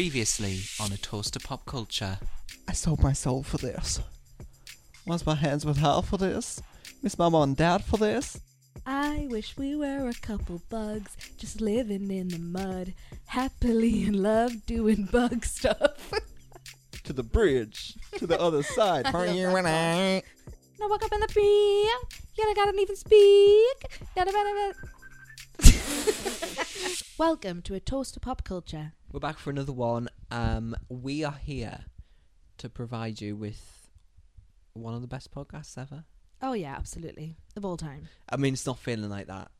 Previously on a toast to pop culture. I sold my soul for this. Was my hands with her for this? Miss Mama and Dad for this? I wish we were a couple bugs just living in the mud, happily in love doing bug stuff. To the bridge, to the other side. I love that I? now walk up in the tree, yet I gotta even speak. Da-da-ba-da-ba. Welcome to a toast to pop culture. We're back for another one. Um, we are here to provide you with one of the best podcasts ever. Oh yeah, absolutely, of all time. I mean, it's not feeling like that.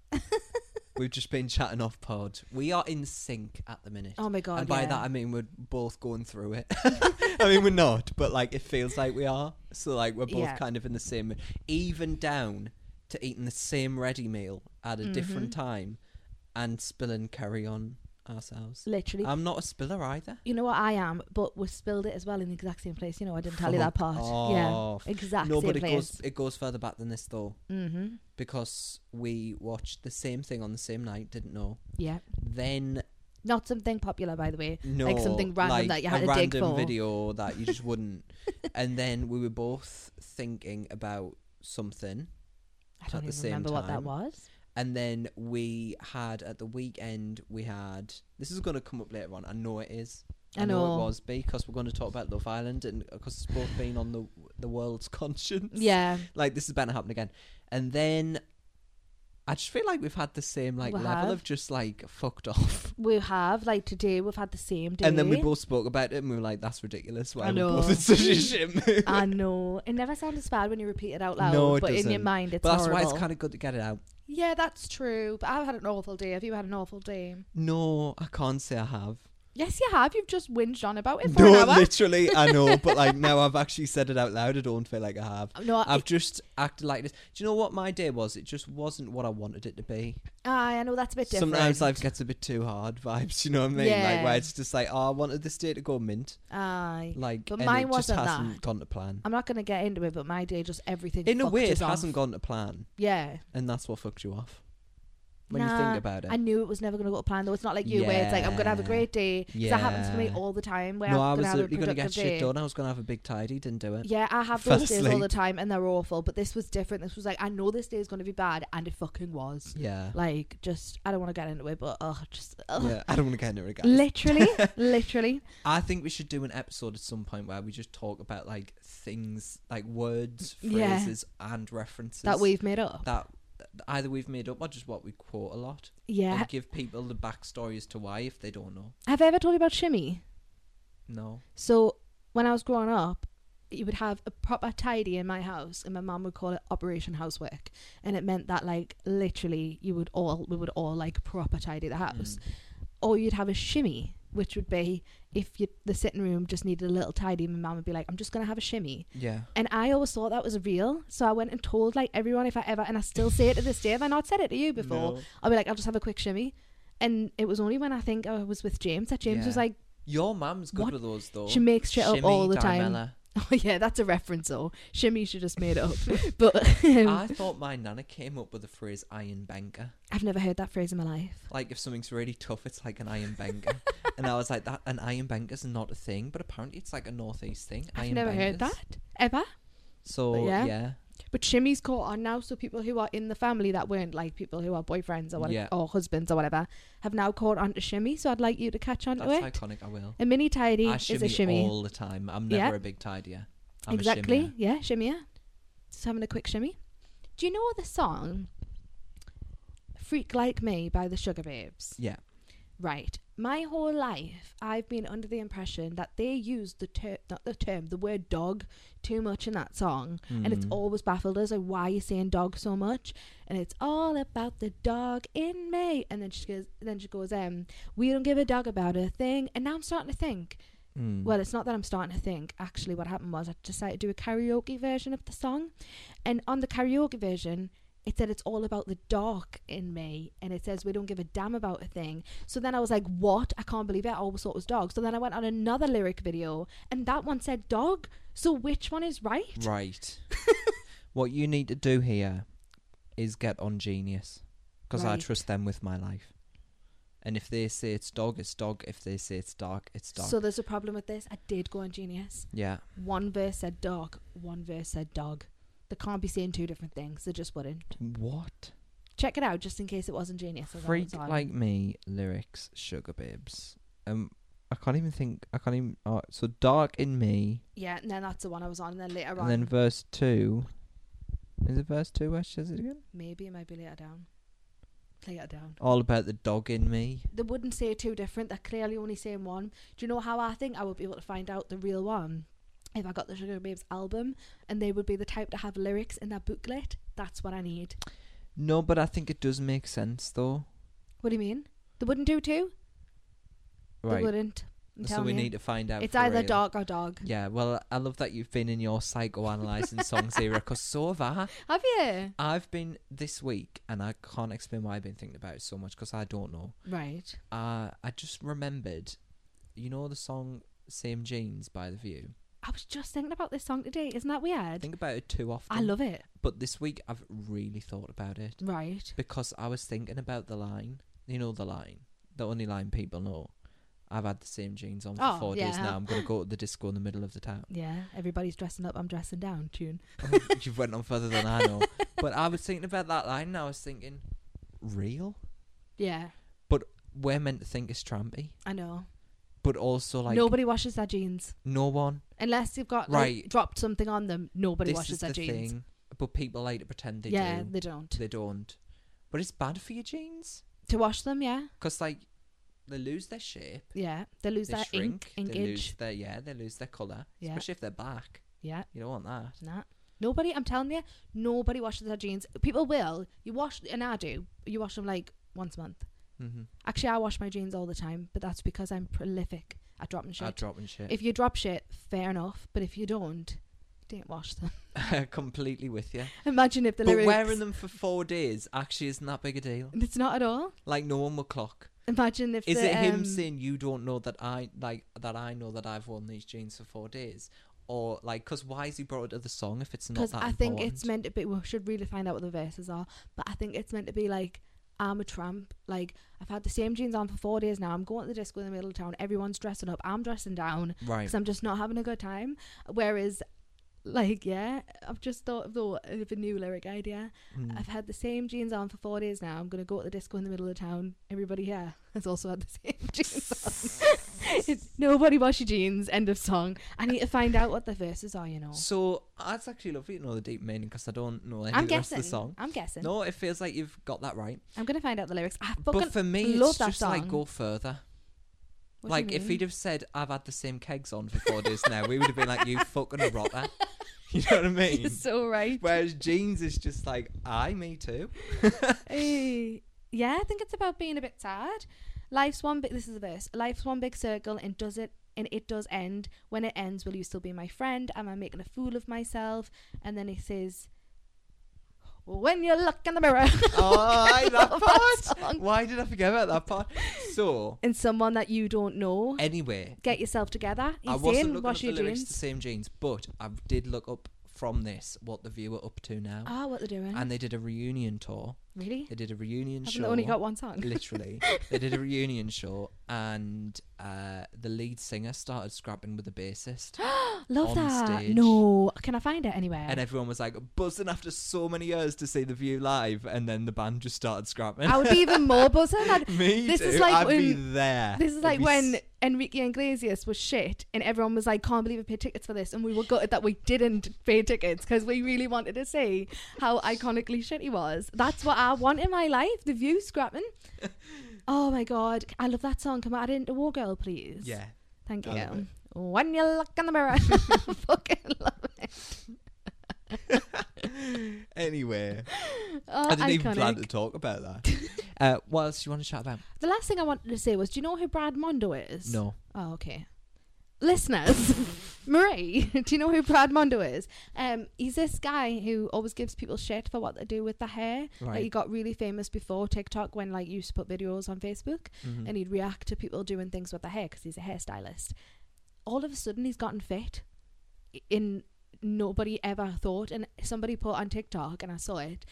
We've just been chatting off pod. We are in sync at the minute. Oh my god. and by yeah. that, I mean we're both going through it. I mean, we're not, but like it feels like we are. So, like, we're both Yeah. kind of in the same, even down to eating the same ready meal at a different Mm-hmm. time and spilling carry on ourselves. literally. I'm not a spiller either. you know what I am, but we spilled it as well in the exact same place. You know, Oh, I didn't tell you that part. Yeah, off. exact Oh. no, same but it place. goes it goes further back than this though, Mm-hmm. because we watched the same thing on the same night. Didn't know. Yeah, Then not something popular, by the way. no, like something random like that you a had to random dig for. video that you just wouldn't. and then we were both thinking about something, I don't at the even same remember what that time. was. and then we had at the weekend we had. This is going to come up later on. I know it is. I know. it was because we're going to talk about Love Island and because it's both been on the the world's conscience. Yeah, like this is bound to happen again. And then I just feel like we've had the same like We level have. of just like fucked off. we have. Like today, we've had the same day. And then we both spoke about it and we were like, that's ridiculous. Why I are we both know. in such a shit mood? I know. It never sounds as bad when you repeat it out loud, No, it but in your doesn't. mind, it's But that's why horrible. it's kind of good to get it out. yeah, that's true. But I've had an awful day. Have you had an awful day? No, I can't say I have. Yes, you have. You've just whinged on about it for No, an hour. literally, I know. But like now I've actually said it out loud. I don't feel like I have. no, I, I've just acted like this. Do you know what my day was? It just wasn't what I wanted it to be. aye, I know that's a bit different. Sometimes life gets a bit too hard vibes. You know what I mean? Like Yeah. where it's just like, oh, I wanted this day to go mint. Aye. Like, But and mine it wasn't just hasn't that. gone to plan. I'm not going to get into it, but my day just everything. In a fucked way, it us off. hasn't gone to plan, Yeah. and that's what fucked you off when you Nah, think about it. I knew it was never going to go to plan, though. It's not like you, where it's like, I'm going to have a Yeah. great day. 'Cause that happens to me Yeah. all the time. Where no, I'm I was gonna literally going to get shit done. I was going to have a big tidy, didn't do it. Yeah, I have those days all Firstly. the time, and they're awful. But this was different. This was like, I know this day is going to be bad, and it fucking was. Yeah, Like, just I don't want to get into it, but oh, just ugh. yeah. I don't want to get into it, guys. literally, literally. I think we should do an episode at some point where we just talk about like things, like words, Yeah. phrases, and references That we've made up. that either we've made up or just what we quote a lot, Yeah. and give people the backstory as to why if they don't know. Have I ever told you about shimmy? No, So when I was growing up, you would have a proper tidy in my house, and my mum would call it Operation Housework, and it meant that like literally you would all we would all like proper tidy the house, Mm. or you'd have a shimmy, which would be if you, the sitting room just needed a little tidy, my mum would be like, "I'm just gonna have a shimmy," yeah. and I always thought that was real, so I went and told like everyone if I ever, and I still say it to this day. Have I not said it to you before? No. I'll be like, "I'll just have a quick shimmy," and it was only when I think I was with James that James Yeah. Oh. was like. Your mum's good What? with those though. She makes shit up all the time. Daramella. Oh yeah, that's a reference. Though Shimmy should just made it up, but um, I thought my nana came up with the phrase iron banker. I've never heard that phrase in my life. Like if something's really tough, it's like an iron banker. and I was like, that an iron banker's not a thing, but apparently it's like a northeast thing. I've iron never heard bangers. that ever. So Yeah. yeah. But Shimmy's caught on now, so people who are in the family that weren't like people who are boyfriends or whatever, Yeah. or husbands or whatever, have now caught on to Shimmy. So I'd like you to catch on to that's it. iconic. I will. a mini tidy I is shimmy, a shimmy. all the time. I'm Yeah. never a big tidier. I'm A exactly. shimmier. yeah, shimmy. yeah. Just having a quick shimmy. Do you know the song "Freak Like Me" by the Sugar Babes? yeah. Right. My whole life, I've been under the impression that they used the ter- not the term, the word dog too much in that song, and it's Mm. always baffled us like why are you saying dog so much? And it's all about the dog in me. And then she goes, then she goes, um, we don't give a dog about a thing. And now I'm starting to think. Mm. Well, it's not that I'm starting to think. Actually, what happened was I decided to do a karaoke version of the song, and on the karaoke version, it said it's all about the dark in me, and it says we don't give a damn about a thing. So then I was like, what? I can't believe it. I always thought it was dog. So then I went on another lyric video, and that one said dog. So which one is right? Mm, Right. what you need to do here is get on Genius because I Right. trust them with my life. And if they say it's dog, it's dog. If they say it's dark, it's dark. So there's a problem with this. I did go on Genius. yeah. One verse said dog, one verse said dog. They can't be saying two different things. They just wouldn't. What? Check it out just in case it wasn't Genius. as I Freak was on. like me lyrics, sugar babes. Um, I can't even think. I can't even. Uh, so dark in me, Yeah, and then that's the one I was on. And then later on, and then verse two. Is it verse two where she says it again? maybe it might be later down. Later down. All about the dog in me. They wouldn't say two different. They're clearly only saying one. Do you know how I think I would be able to find out the real one? If I got the Sugar Babes album and they would be the type to have lyrics in their booklet, that's what I need. No, but I think it does make sense though. What do you mean? They wouldn't do two? They Right. wouldn't. I'm So telling we you. need to find out. It's for either real. dog or dog. Yeah, well, I love that you've been in your psychoanalyzing songs era because so have I. Have you? I've been this week, and I can't explain why I've been thinking about it so much because I don't know. Right. Uh, I just remembered, you know, the song "Same Jeans" by The View. I was just thinking about this song today. Isn't that I weird? think about it too often. I love it. But this week, I've really thought about it Right. because I was thinking about the line. You know, the line, the only line people know. I've had the same jeans on for Oh, four days yeah. now. I'm gonna go to the disco in the middle of the town. Yeah. Everybody's dressing up. I'm dressing down. Tune. You've went on further than I know. but I was thinking about that line, and I was thinking, real. Yeah. We're meant to think it's trampy, I know. but also like Nobody washes their jeans no one. unless you've got like, Right. dropped something on them. Nobody this washes is their the jeans. thing. But people like to pretend they yeah, do. they don't. They don't. But it's bad for your jeans to wash them, yeah, because like they lose their shape, yeah. They lose they their shrink, ink, they lose inkage. their yeah, they lose their color, Yeah. especially if they're black. Yeah, You don't want that. nah. Nobody, I'm telling you, nobody washes their jeans. People will. You wash, and I do. You wash them like once a month. Mm-hmm. Actually, I wash my jeans all the time, but that's because I'm prolific at dropping shit. I drop and shit. If you drop shit, fair enough. But if you don't, don't wash them. Completely with you. Imagine if the But lyrics. wearing them for four days actually isn't that big a deal. It's not at all. Like no one will clock. Imagine if Is the, it him um, saying you don't know that I like that I know that I've worn these jeans for four days, or like because why is he brought it to the song if it's not Because that I important? think it's meant to be. We should really find out what the verses are. But I think it's meant to be like, I'm a tramp. Like I've had the same jeans on for four days now. I'm going to the disco in the middle of town. Everyone's dressing up. I'm dressing down right. because I'm just not having a good time. Whereas, like, yeah, I've just thought of, the, of a new lyric idea. Mm. I've had the same jeans on for four days now. I'm gonna go to the disco in the middle of the town. Everybody here has also had the same jeans on. It's Nobody wash your jeans. End of song. I need to find out what the verses are. You know. So that's actually lovely to know the deep meaning because I don't know any I'm of the rest guessing. of the song. I'm guessing. No, it feels like you've got that right. I'm gonna find out the lyrics. I fucking But for me, love it's that just like song. go further. What do you like if mean? he'd have said, "I've had the same kegs on for four days now," we would have been like, "You fucking rotter." You know what I mean? You're so right. Whereas jeans is just like, "I, me too." Eh, yeah, I think it's about being a bit sad. Life's one big. This is a verse. Life's one big circle, and does it? And it does end. When it ends, will you still be my friend? Am I making a fool of myself? And then he says, "When you look in the mirror." oh, I I love that love that part. song. Why did I forget about that part? So and someone that you don't know. anyway, Get yourself together. I He's wasn't saying, looking up wash the your lyrics to jeans. same jeans, but I did look up from this what the viewer up to now. Ah, what they're doing. and they did a reunion tour. really? They did a reunion Haven't show. they only got one song? literally, they did a reunion show, and uh, the lead singer started scrapping with the bassist, Love on that. stage. No, can I find it anywhere? and everyone was like buzzing after so many years to see the View live, and then the band just started scrapping. I would be even more buzzing. I'd, Me Oh, This too. is like I'd be when- there. this is It'd like be when s- Enrique Iglesias was shit, and everyone was like, "Can't believe we paid tickets for this," and we were gutted that we didn't pay tickets because we really wanted to see how iconically shit he was. That's what I want in my life: the view scrapping. oh my god, I love that song. Can we add it into War Girl, please? yeah. thank I love you. When you look in the mirror, fucking love it. Anyway, Oh, I didn't even plan iconic. to talk about that. uh, what else do you want to chat about? The last thing I wanted to say was, do you know who Brad Mondo is? No. Oh, okay. Listeners, Marie, do you know who Brad Mondo is? Um, he's this guy who always gives people shit for what they do with their hair. Like, he Right. got really famous before TikTok when like you used to put videos on Facebook, Mhm. and he'd react to people doing things with their hair because he's a hairstylist. All of a sudden, he's gotten fit. In nobody ever thought, and somebody put on TikTok, and I saw it.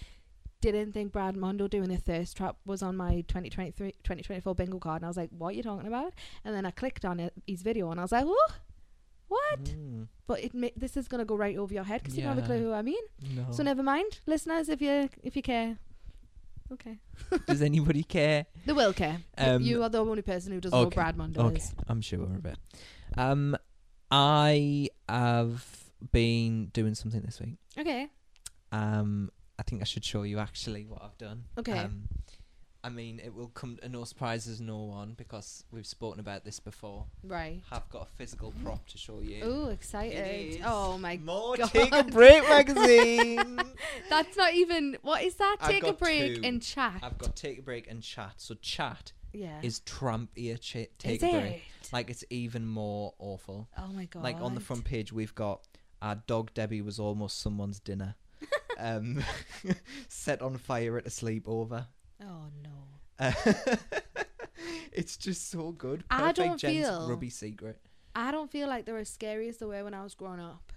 didn't think Brad Mondo doing a thirst trap was on my 2023 2024 bingo card. And I was like, what are you talking about? And then I clicked on it, his video and I was like, oh, what? Mm, But it ma- this is going to go right over your head because you don't have a Yeah. Oh. clue who I mean. no. So never mind, listeners, if you if you care. Okay. Does anybody care? They will care. Um, you are the only person who doesn't know okay, Brad Mondo Okay, is. I'm sure of it. Um, I have been doing something this week. Okay. Um, I think I should show you actually what I've done. Okay. Um, I mean, it will come to no surprises, no one, because we've spoken about this before. Right. Have got a physical prop to show you. Oh, It excited. is Oh my More God. take a break magazine. That's not even what is that? I've Take a got break two. and chat. I've got take a break and chat. So chat yeah. is Trump ear cha- take Is a break. it? Like it's even more awful. Oh my god. Like on the front page, we've got our dog Debbie was almost someone's dinner, um, set on fire at a sleepover. Oh no. Uh, it's just so good. I don't Jen's feel- Rubby secret. I don't feel like they're as scary as they were when I was growing up.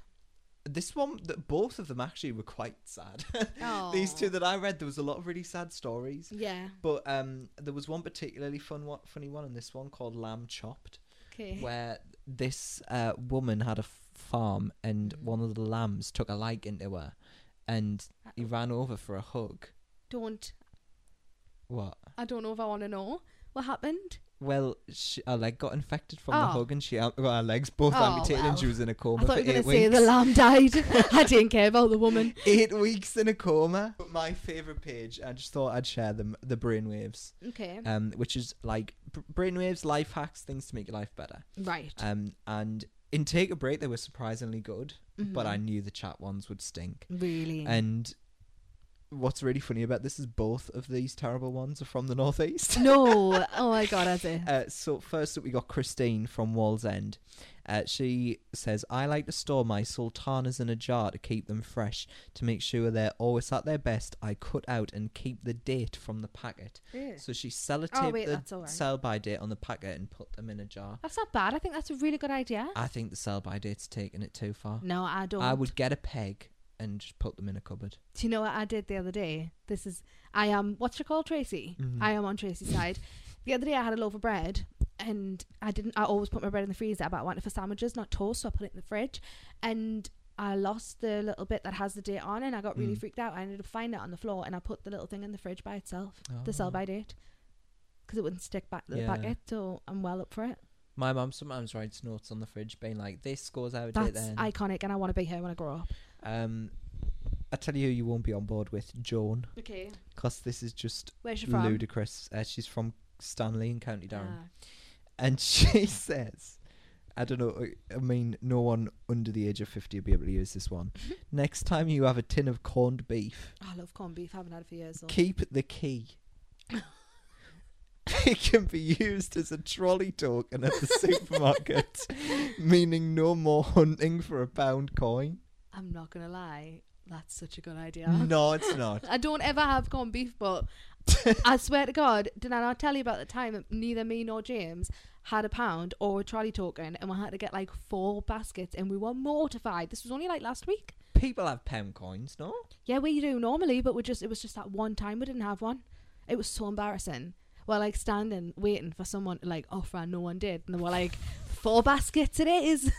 This one, that both of them actually were quite sad. Oh. These two that I read, there was a lot of really sad stories, Yeah. but um, there was one particularly fun, one, funny one, and this one called Lamb Chopped. Okay. where this uh, woman had a farm and Mm. one of the lambs took a liking to her and he ran over for a hug. Don't. What? I don't know if I want to know what happened. Well, she, her leg got infected from the Oh. hug and she am- well, her legs both Oh, amputated well. and she was in a coma I for thought you were eight going to say the weeks. lamb died. I didn't care about the woman. eight weeks in a coma. But my favourite page, I just thought I'd share them, the brainwaves, Okay. um, which is like br- brainwaves, life hacks, things to make your life better. right. Um, and in Take a Break, they were surprisingly good, but Mm. I knew the chat ones would stink. Mm-hmm. Really. And what's really funny about this is both of these terrible ones are from the northeast. no. Oh my god, I did. Uh, so first up, we got Christine from Wall's End. Uh, she says, "I like to store my sultanas in a jar to keep them fresh, to make sure they're always at their best. I cut out and keep the date from the packet. So she sellotaped Oh, wait, that's the all right. sell by date on the packet and put them in a jar. That's not bad. I think that's a really good idea. I think the sell by date's taking it too far. No, I don't. I would get a peg and just put them in a cupboard. Do you know what I did the other day? This is I am what's she called Tracy. Hmm. I am on Tracy's side. The other day I had a loaf of bread and I didn't. I always put my bread in the freezer, but I wanted for sandwiches, not toast, so I put it in the fridge. And I lost the little bit that has the date on, and I got really Mm. freaked out. I ended up finding it on the floor, and I put the little thing in the fridge by itself, the sell Oh. by date, because it wouldn't stick back to the Yeah. packet. So I'm well up for it. My mum sometimes writes notes on the fridge, being like, "This goes out date That's then." iconic, and I want to be here when I grow up. Um, I tell you, who you won't be on board with Joan, Okay, 'cause this is just where's she from? ludicrous. Uh, she's from Stanley in County Durham, Ah. and she says, "I don't know. I mean, no one under the age of fifty will be able to use this one. Next time you have a tin of corned beef, Ah, I love corned beef. haven't had it for years. Though. keep the key." It can be used as a trolley token at the supermarket, meaning no more hunting for a pound coin. I'm not gonna lie, that's such a good idea. No, it's not. I don't ever have corned beef, but I swear to God, did I not tell you about the time that neither me nor James had a pound or a trolley token, and we had to get like four baskets, and we were mortified. This was only like last week. People have pound coins, no? Yeah, we do normally, but we just it was just that one time we didn't have one. It was so embarrassing. We're like standing waiting for someone to like offer, and no one did, and they were like, four baskets it is.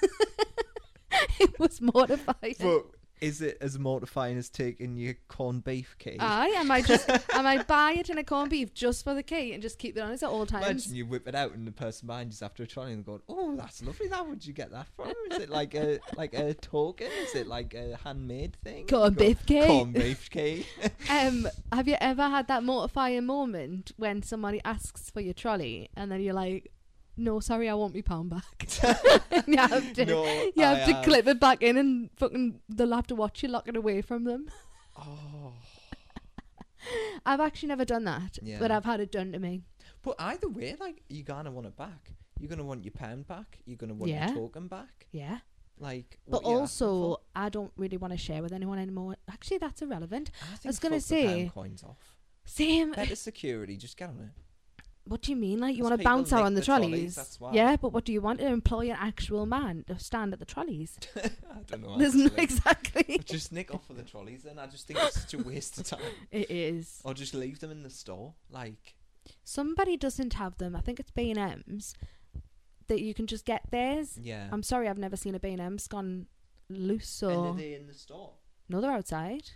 it was mortifying. But is it as mortifying as taking your corned beef cake? Aye, I might Ah, just I might buy it in a corned beef just for the key and just keep it on us at all times. Imagine you whip it out and the person behind you's after a trolley and going, "Oh, that's lovely. That where'd you get that from? Is it like a like a token? Is it like a handmade thing? Corned You go, beef cake." Corned beef cake. Um, have you ever had that mortifying moment when somebody asks for your trolley and then you're like, "No, sorry, I want my pound back." And you have to, No, you have I to have. clip it back in and fucking they'll have to watch you lock it away from them. oh, I've actually never done that, but Yeah. I've had it done to me. but either way, like you're gonna want it back. You're gonna want your pound back. You're gonna want Yeah. your token back. Yeah. Like, But what you're asking also, for. I don't really want to share with anyone anymore. Actually, that's irrelevant. I, think was gonna fuck the pound say- coins off. Same. Better security. Just get on it. What do you mean? Like you That's want to people bounce out lick on the, the trolleys? trolleys, that's why. Yeah, but what do you want to employ an actual man to stand at the trolleys? I don't know. There's no actually. exactly. just nick off of the trolleys, then I just think it's such a waste of time. it is. Or just leave them in the store. Like, Somebody doesn't have them. I think it's B and M's that you can just get theirs. yeah. I'm sorry, I've never seen a B and M's gone loose. and So they in the store. no, they're outside.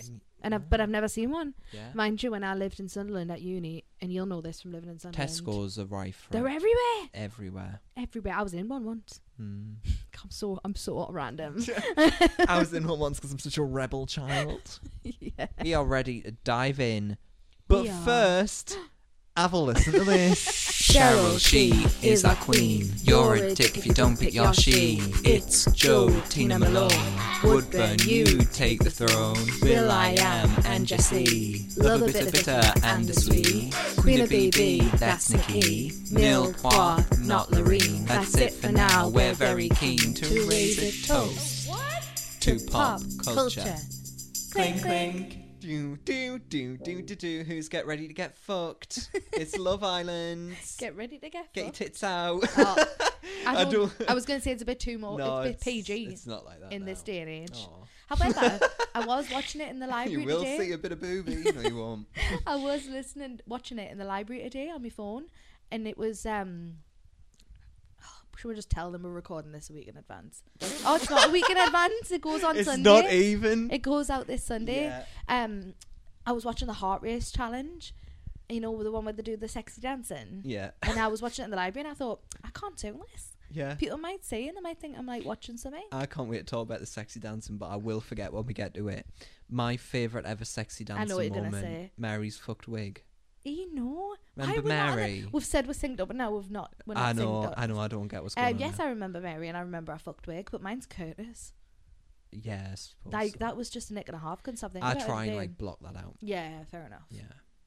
And, And I've, but I've never seen one. yeah. Mind you, when I lived in Sunderland at uni, and you'll know this from living in Sunderland. Tesco's are rife. They're everywhere. everywhere. Everywhere. I was in one once. Mm. I'm so I'm so random. I was in one once because I'm such a rebel child. yeah. we are ready to dive in. But We are. first, have a listen to this. Cheryl, she is our queen. You're a dick if you don't pick your she. It's Joe, Tina Malone, Woodburn, you take the throne. Will I am and Jessie. Love a bit of bitter and a sweet. Queen of BB, that's Nikki. Nil qua, not Loreen. That's it for now. We're very keen to raise a toast to pop culture. Clink, clink. Do, do, do, do, do, do. Who's get ready to get fucked? it's Love Island. Get, Get ready to get. your fucked. tits out. Oh, I, I don't, don't- I was going to say it's a bit too more. no, it's a bit PG It's not like that in this now. day and age. Aw. However, I was watching it in the library You will today. see a bit of boobie. No, you won't. I was listening, watching it in the library today on my phone, and it was. um Should we just tell them we're recording this a week in advance? oh, it's not a week in advance. It goes on it's Sunday. not even. it goes out this Sunday. Yeah. Um, I was watching the heart race challenge. You know the one where they do the sexy dancing. Yeah. And I was watching it in the library, and I thought I can't do this. Yeah. People might see, and they might think I'm like watching something. I can't wait to talk about the sexy dancing, but I will forget when we get to it. My favourite ever sexy I dancing know what you're gonna moment, say. Mary's fucked wig. You know, Why Remember are we not on that? Mary? We've said we're synced up, but no, we've not. We're not I synced know, up. I know, I don't get what's going Um, on. yes, there. I remember Mary, and I remember I fucked wig, but mine's Curtis. yeah, I suppose Like so. that was just a nick and a half. Couldn't something. I try and like block that out. Yeah, fair enough. Yeah.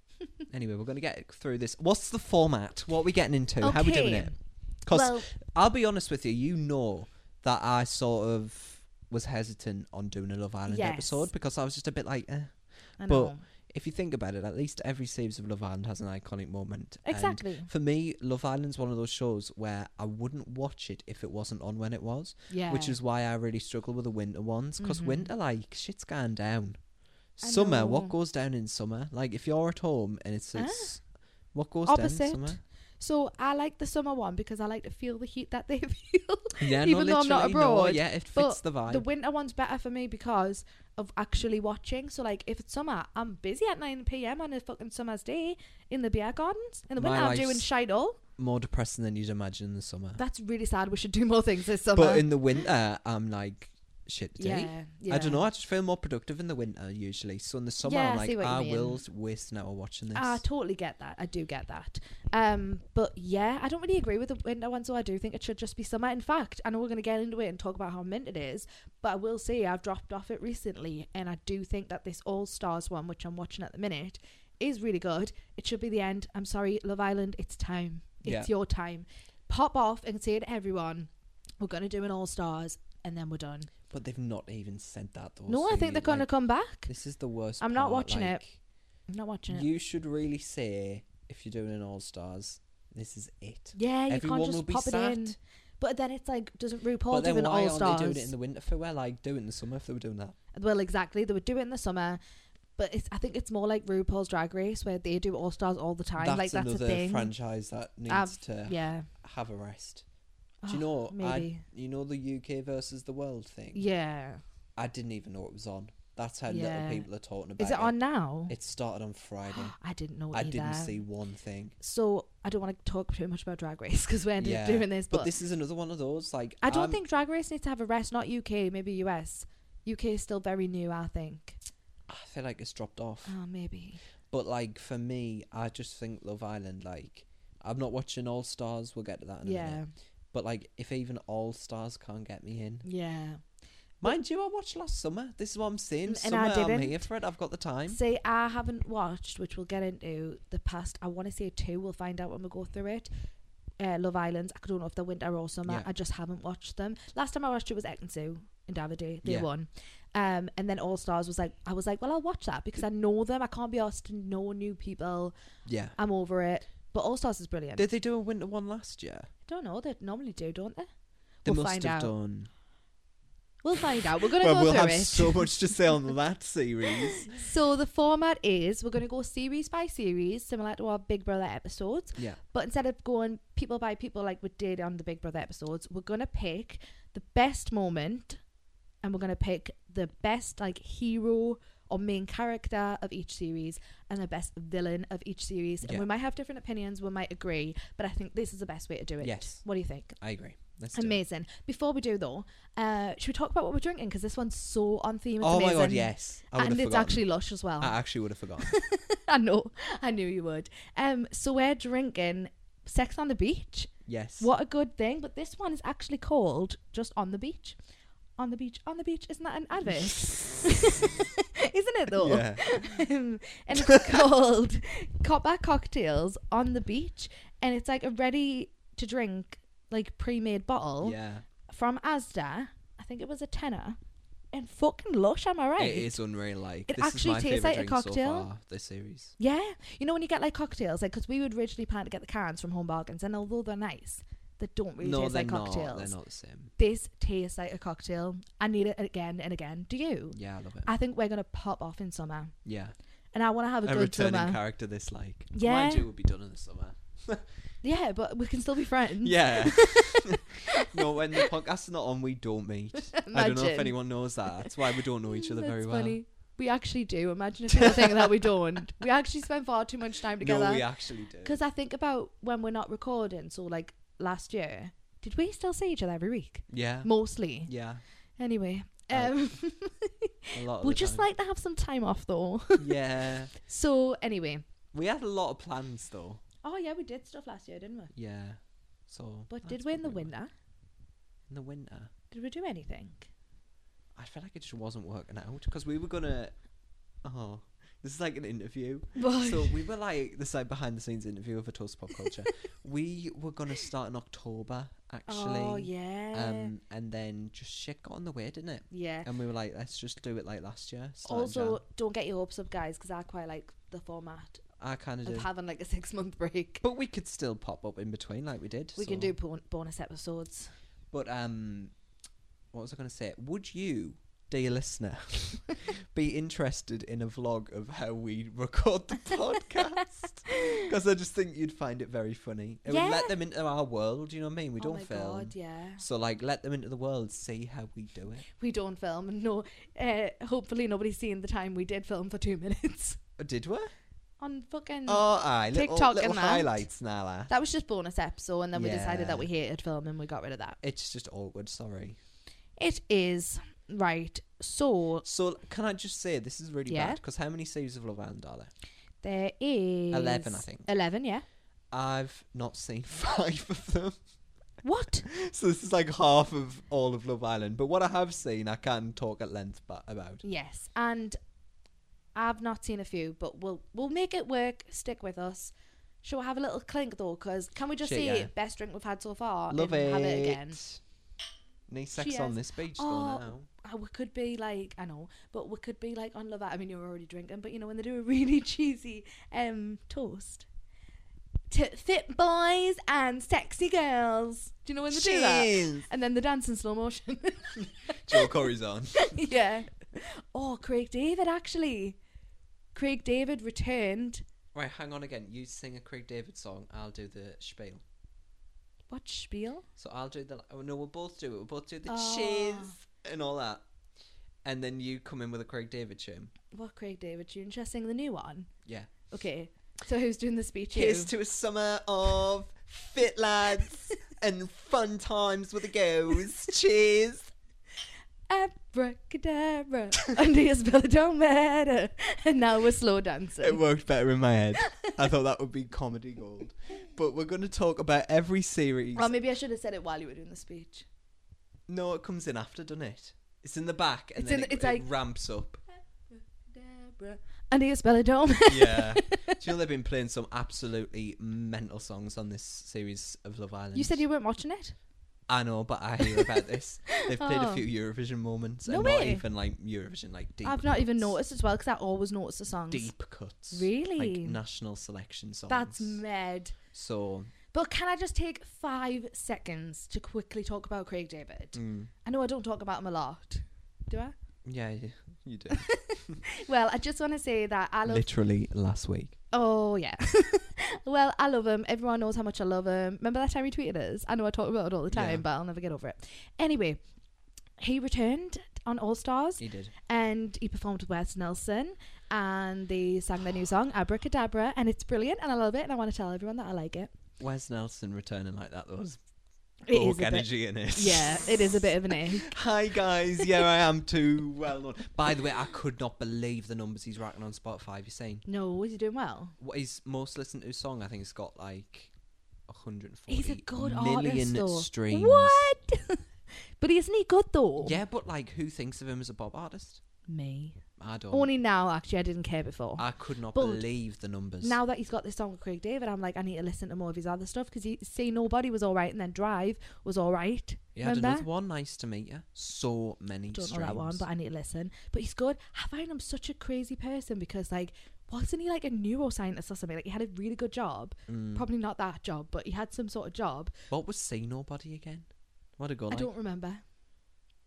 anyway, we're gonna get through this. What's the format? What are we getting into? How are we doing Okay. it? Because well, I'll be honest with you, you know that I sort of was hesitant on doing a Love Island Yes. episode because I was just a bit like, eh. I but know. if you think about it, at least every series of Love Island has an iconic moment. And exactly. for me, Love Island's one of those shows where I wouldn't watch it if it wasn't on when it was, Yeah. which is why I really struggle with the winter ones because Mhm. winter, like, shit's going down. I Summer, know. what goes down in summer? Like, if you're at home and it's, Ah. it's what goes down Opposite. in summer? so. I like the summer one because I like to feel the heat that they feel. Yeah, Even though I'm not literally, no, abroad, yeah, it but fits the vibe. the winter one's better for me because of actually watching. So like, if it's summer, I'm busy at nine p.m. on a fucking summer's day in the beer gardens. In the My winter, I'm doing life's- shite all. More depressing than you'd imagine in the summer. That's really sad. We should do more things this summer. But in the winter, I'm like, shit, today. yeah, yeah. I don't know. I just feel more productive in the winter usually. So in the summer, Yeah, I'm I see like, what you I mean. Ah, will waste an hour watching this. I totally get that. I do get that. Um, but yeah, I don't really agree with the winter one, so I do think it should just be summer. In fact, I know we're going to get into it and talk about how mint it is, but I will say I've dropped off it recently, and I do think that this All Stars one, which I'm watching at the minute, is really good. It should be the end. I'm sorry, Love Island, it's time. It's Yeah. your time. Pop off and say to everyone, we're going to do an All Stars, and then we're done. but they've not even said that though. no, so I think you- they're going like, to come back. This is the worst. I'm not part, watching it. like, I'm not watching it. You should really say if you're doing an All Stars, this is it. yeah, you Everyone can't will just be pop sad. it in. But then it's like, doesn't But RuPaul do then an why All aren't Stars? they doing it in the winter? For where like do it in the summer if they were doing that. Well, exactly. They would do it in the summer, but it's I think it's more like RuPaul's Drag Race where they do All Stars all the time. that's like that's a another thing. franchise that needs I've- to yeah. have a rest. Do you Oh, know? I, maybe. you know the UK versus the world thing. Yeah. I didn't even know it was on. That's how Yeah. little people are talking about Is it on now? It started on Friday. I didn't know I either. didn't see one thing. So I don't want to talk too much about Drag Race because we ended up Yeah, doing this. But, But this um, is another one of those like I don't I'm- think Drag Race needs to have a rest. Not UK, maybe US. UK is still very new, I think. I feel like it's dropped off. Oh, maybe. But like for me, I just think Love Island. Like I'm not watching All Stars. We'll get to that in a Yeah. minute. But like if even All Stars can't get me in, Yeah. mind you, I watched last summer. This is what I'm saying. And- and summer, I I'm didn't. here for it. I've got the time. Say I haven't watched, which we'll get into the past. I want to say two. We'll find out when we go through it. uh, Love Island. I don't know if they're winter or summer. Yeah. I just haven't watched them. Last time I watched it was Ek and Sue and Davide. They Yeah. won. Um, and then All Stars was like, I was like, well, I'll watch that because I know them. I can't be asked to know new people. Yeah. I'm over it. But All Stars is brilliant. Did they do a winter one last year? don't know. They normally do, don't they? They We'll must find have out. done. We'll find out. We're going to go we'll through have it. so much to say on that series. So the format is we're going to go series by series, similar to our Big Brother episodes. Yeah. But instead of going people by people like we did on the Big Brother episodes, we're going to pick the best moment and we're going to pick the best like hero or main character of each series and the best villain of each series. And Yeah. we might have different opinions, we might agree, but I think this is the best way to do it. Yes, What do you think? I agree. Let's do it. Amazing. Before we do though, uh, should we talk about what we're drinking? Because this one's so on theme. It's oh amazing. my god, yes. I would and have it's forgotten. Uh-uh. actually lush as well. I actually would have forgotten. I know. I knew you would. Um, so we're drinking Sex on the Beach. yes. What a good thing. But this one is actually called Just on the Beach. On the beach, on the beach. Isn't that an advert? Isn't it though? Yeah. Um, and it's called Copper Cocktails on the Beach. And it's like a ready to drink, like pre made bottle Yeah. from Asda. I think it was a tenner. And fucking lush, am I right? It is unreal. Like It this is actually my favorite tastes like a drink cocktail. so far. This series. Yeah, you know when you get like cocktails, like because we would originally plan to get the cans from Home Bargains, and although they're nice, they don't really no, taste they're like not. cocktails. They're not the same. This tastes like a cocktail. I need it again and again. Do you? Yeah, I love it. I think we're gonna pop off in summer, yeah, and I want to have a, a good returning summer. character. This like. Yeah. Mind you, it would be done in the summer. yeah, but we can still be friends. Yeah. no, when the podcast's not on, we don't meet. I don't know if Imagine. anyone knows that. That's why we don't know each other That's very well. funny. We actually do. Imagine if people think that we don't. We actually spend far too much time together. No, we actually do. Because I think about when we're not recording. So like last year, did we still see each other every week? Yeah. Mostly. Yeah. Anyway. Right. Um, A lot. Of We the just time. like to have some time off though. yeah. so anyway. We had a lot of plans though. Oh yeah, we did stuff last year, didn't we? Yeah. So. But that's did we in the probably winter? why. In the winter. Did we do anything? I feel like it just wasn't working out because we were gonna. Oh, this is like an interview. so we were like this like behind the scenes interview of a toast pop culture. we were gonna start in October actually. oh yeah. Um, and then just shit got on the way, didn't it? yeah. And we were like, let's just do it like last year. start in Also, Jan. don't get your hopes up, guys, because I quite like the format I kind of of do. having like a six month break. But we could still pop up in between like we did. We can so- do bon- bonus episodes. But um, what was I going to say? Would you, dear listener, be interested in a vlog of how we record the podcast? Because I just think you'd find it very funny. It would Yeah. let them into our world. You know what I mean? We oh don't my film. god, yeah. So like, let them into the world, see how we do it. We don't film, and no. Uh, hopefully, nobody's seen the time we did film for two minutes Uh, Did we? on fucking. Oh, aye. Little, Mm. TikTok little and that. highlights, Nala. That was just bonus episode, and then we decided Yeah. that we hated film, and we got rid of that. It's just awkward. Sorry. It is right. So So can I just say this is really Yeah. bad because how many series of Love Island are there? there is Eleven, I think. Eleven, yeah. I've not seen five of them. What? So this is like half of all of Love Island. But what I have seen, I can talk at length ba- about. yes, and I've not seen a few, but we'll we'll make it work. Stick with us. Shall we have a little clink though? Because can we just Shit, see yeah. best drink we've had so far? Love and it. Have it again. Nice sex Cheers. on this beach Oh. though now. Oh, we could be like I know, but we could be like on Love. Island- I mean, you're already drinking, but you know when they do a really cheesy um toast. To fit boys and sexy girls. Do you know when they do that? And then the dance in slow motion. Joe Corey's on. yeah. Oh, Craig David actually. Craig David returned. Right, hang on again. You sing a Craig David song. I'll do the spiel. What spiel? So I'll do the. Oh no, we'll both do it. We'll both do the Oh. cheers and all that. And then you come in with a Craig David tune. What Craig David tune? Should I sing the new one? Yeah. Okay. So who's doing the speech? Here's You. to a summer of fit lads and fun times with the girls. Cheers. Abracadabra. Under your spell, it don't matter. And now we're slow It dancing. worked better in my head. I thought that would be comedy gold. But we're going to talk about every series. Or maybe I should have said it while you were doing the speech. no, it comes in after, doesn't it? It's in the back and It's then in it, the- it's it like- ramps up. Deborah. I need a spell of dome. yeah. Do you know they've been playing some absolutely mental songs on this series of Love Island? you said you weren't watching it. I know, but I hear about this. They've played a Oh. few Eurovision moments, No and not way. even like Eurovision, like deep. I've not even cuts. noticed as well because I always notice the songs. deep cuts. Like Really? national selection songs. That's mad. so. But can I just take five seconds to quickly talk about Craig David? Mm, I know I don't talk about him a lot. Do I? yeah, you, you do. Well, I just want to say that I love. Literally last week. Oh yeah. well, I love him. Everyone knows how much I love him. Remember that time he tweeted us? I know I talk about it all the time, Yeah. but I'll never get over it. Anyway, he returned on All Stars He did. and he performed with Wes Nelson and they sang their new song Abracadabra and it's brilliant and I love it and I want to tell everyone that I like it. Wes Nelson returning like that? There was It is Borg a bit- energy in it. yeah, it is a bit of an egg. Hi guys, yeah, I am too well known. By the way, I could not believe the numbers he's racking on Spotify. You're saying No, is he doing well? what his most listened to song? I think it's got like 140 He's a good million artist though. streams. What? but isn't he good though? Yeah, but like, who thinks of him as a Bob artist? Me. I don't. Only now actually I didn't care before. Oh. I could not But believe the numbers. now that he's got this song with Craig David, I'm like, I need to listen to more of his other stuff because he say nobody was all right, and then Drive was all right. he had remember? another one. Nice to meet you. So many Don't streams. know that one, but I need to listen. But he's good. I find him such a crazy person because, like, wasn't he like a neuroscientist or something? Like, he had a really good job. Mm. Probably not that job, but he had some sort of job. What was "See Nobody" again? What a go I like? don't remember.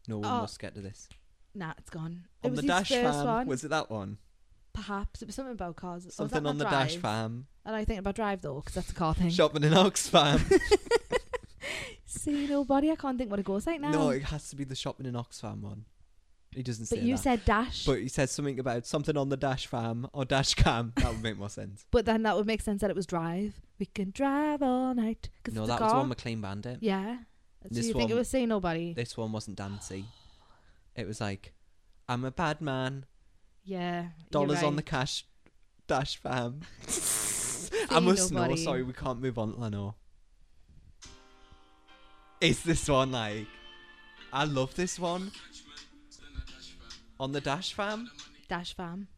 No one Oh. must get to this. Nah, it's gone. it On was the his dash first fam, one. was it that one? Perhaps it was something about cars. Or was that Something about on the dash Drive? fam. I don't think about Drive though, because that's a car thing. Shopping in Oxfam. See nobody. I can't think what it goes like now. No, it has to be the shopping in Oxfam one. He doesn't but say you that. said Dash. but he says something about something on the dash fam or dash cam. That would make more sense. But then that would make sense that it was drive. We can drive all night. 'Cause no, it's a that was car. one McLean Bandit. Yeah. So This you think it one- was Say Nobody? This one wasn't Dancy. It was like, I'm a bad man. yeah. you're Dollars on the right. cash dash fam. I must know. nobody. Sorry, we can't move on. I know. Is this one like? I love this one. On the dash fam. Dash fam.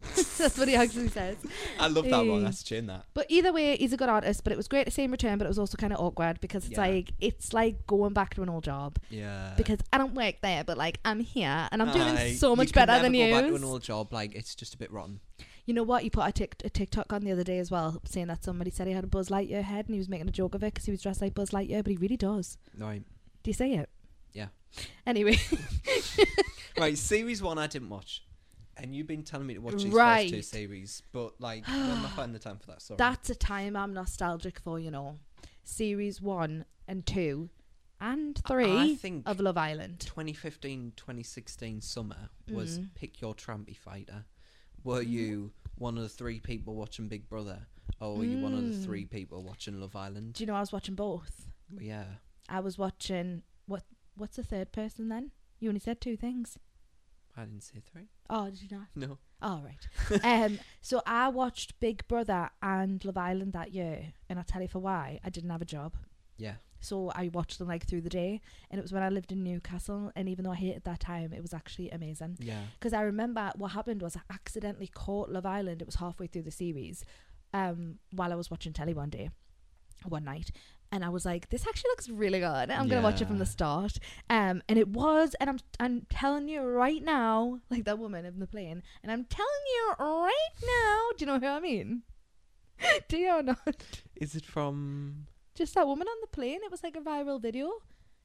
That's what he actually says. I love that one. Hey. That's chin that. But either way, he's a good artist. But it was great to see him return. But it was also kind of awkward because it's Yeah. like it's like going back to an old job Yeah. because I don't work there, but like I'm here and I'm doing Aye, so much you can better than never you. Go back to an old job, like it's just a bit rotten. You know what? He put a, tic- a TikTok on the other day as well, saying that somebody said he had a Buzz Lightyear head and he was making a joke of it because he was dressed like Buzz Lightyear, but he really does. Right, Do you say it? Yeah. Anyway, right. Series one, I didn't watch, and you've been telling me to watch these Right. first two series, but like, when am I finding the time for that? Sorry. that's a time I'm nostalgic for, you know. Series one and two and three I think of Love Island. 2015, 2016 summer was Mm. pick your trampy fighter. Were Mm-hmm. you one of the three people watching Big Brother, or were you one of the Mm. three people watching Love Island? Do you know I was watching both? Yeah, I was watching what? What's the third person then? You only said two things. I didn't say three. Oh, did you not? No. All right. um, so I watched Big Brother and Love Island that year, and I'll tell you for why. I didn't have a job. Yeah. So I watched them like through the day, and it was when I lived in Newcastle. And even though I hated that time, it was actually amazing. Yeah. Because I remember what happened was I accidentally caught Love Island. It was halfway through the series, um, while I was watching telly one day, one night, and I was like, "This actually looks really good. I'm gonna watch it from the Yeah. start." Um, and it was, and I'm I'm telling you right now, like that woman in the plane, and I'm telling you right now. Do you know who I mean? do you or not? Is it from Just that woman on the plane. It was like a viral video.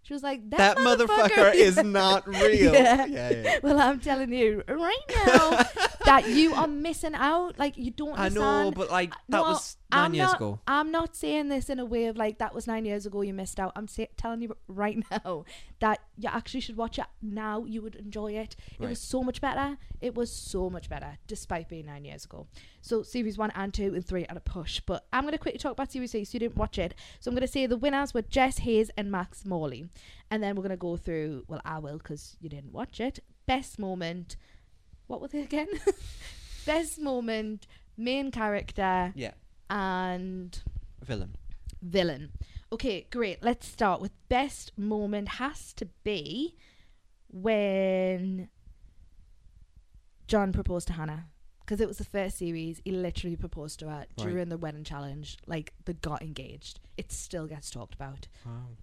She was like, that, "That, motherfucker, is not real? Yeah. yeah, yeah. Well, I'm telling you right now that you are missing out. Like you don't. I Understand. know, but like that no, was 9 I'm years not- ago. I'm not saying this in a way of like that was nine years ago. You missed out. I'm say- telling you right now that you actually should watch it now. You would enjoy it. It Right. was so much better. It was so much better, despite being nine years ago. So series one and two and three at a push. But I'm gonna quickly talk about series six. You didn't watch it, so I'm gonna say the winners were Jess Hayes and Max Morley, and then we're gonna go through. Well, I will because you didn't watch it. Best moment. What were they again? Best moment. Main character Yeah, and villain. villain. Okay, great. Let's start with best moment has to be when John proposed to Hannah because it was the first series, he literally proposed to her Right. during the wedding challenge. Like they got engaged. It still gets talked about, Wow.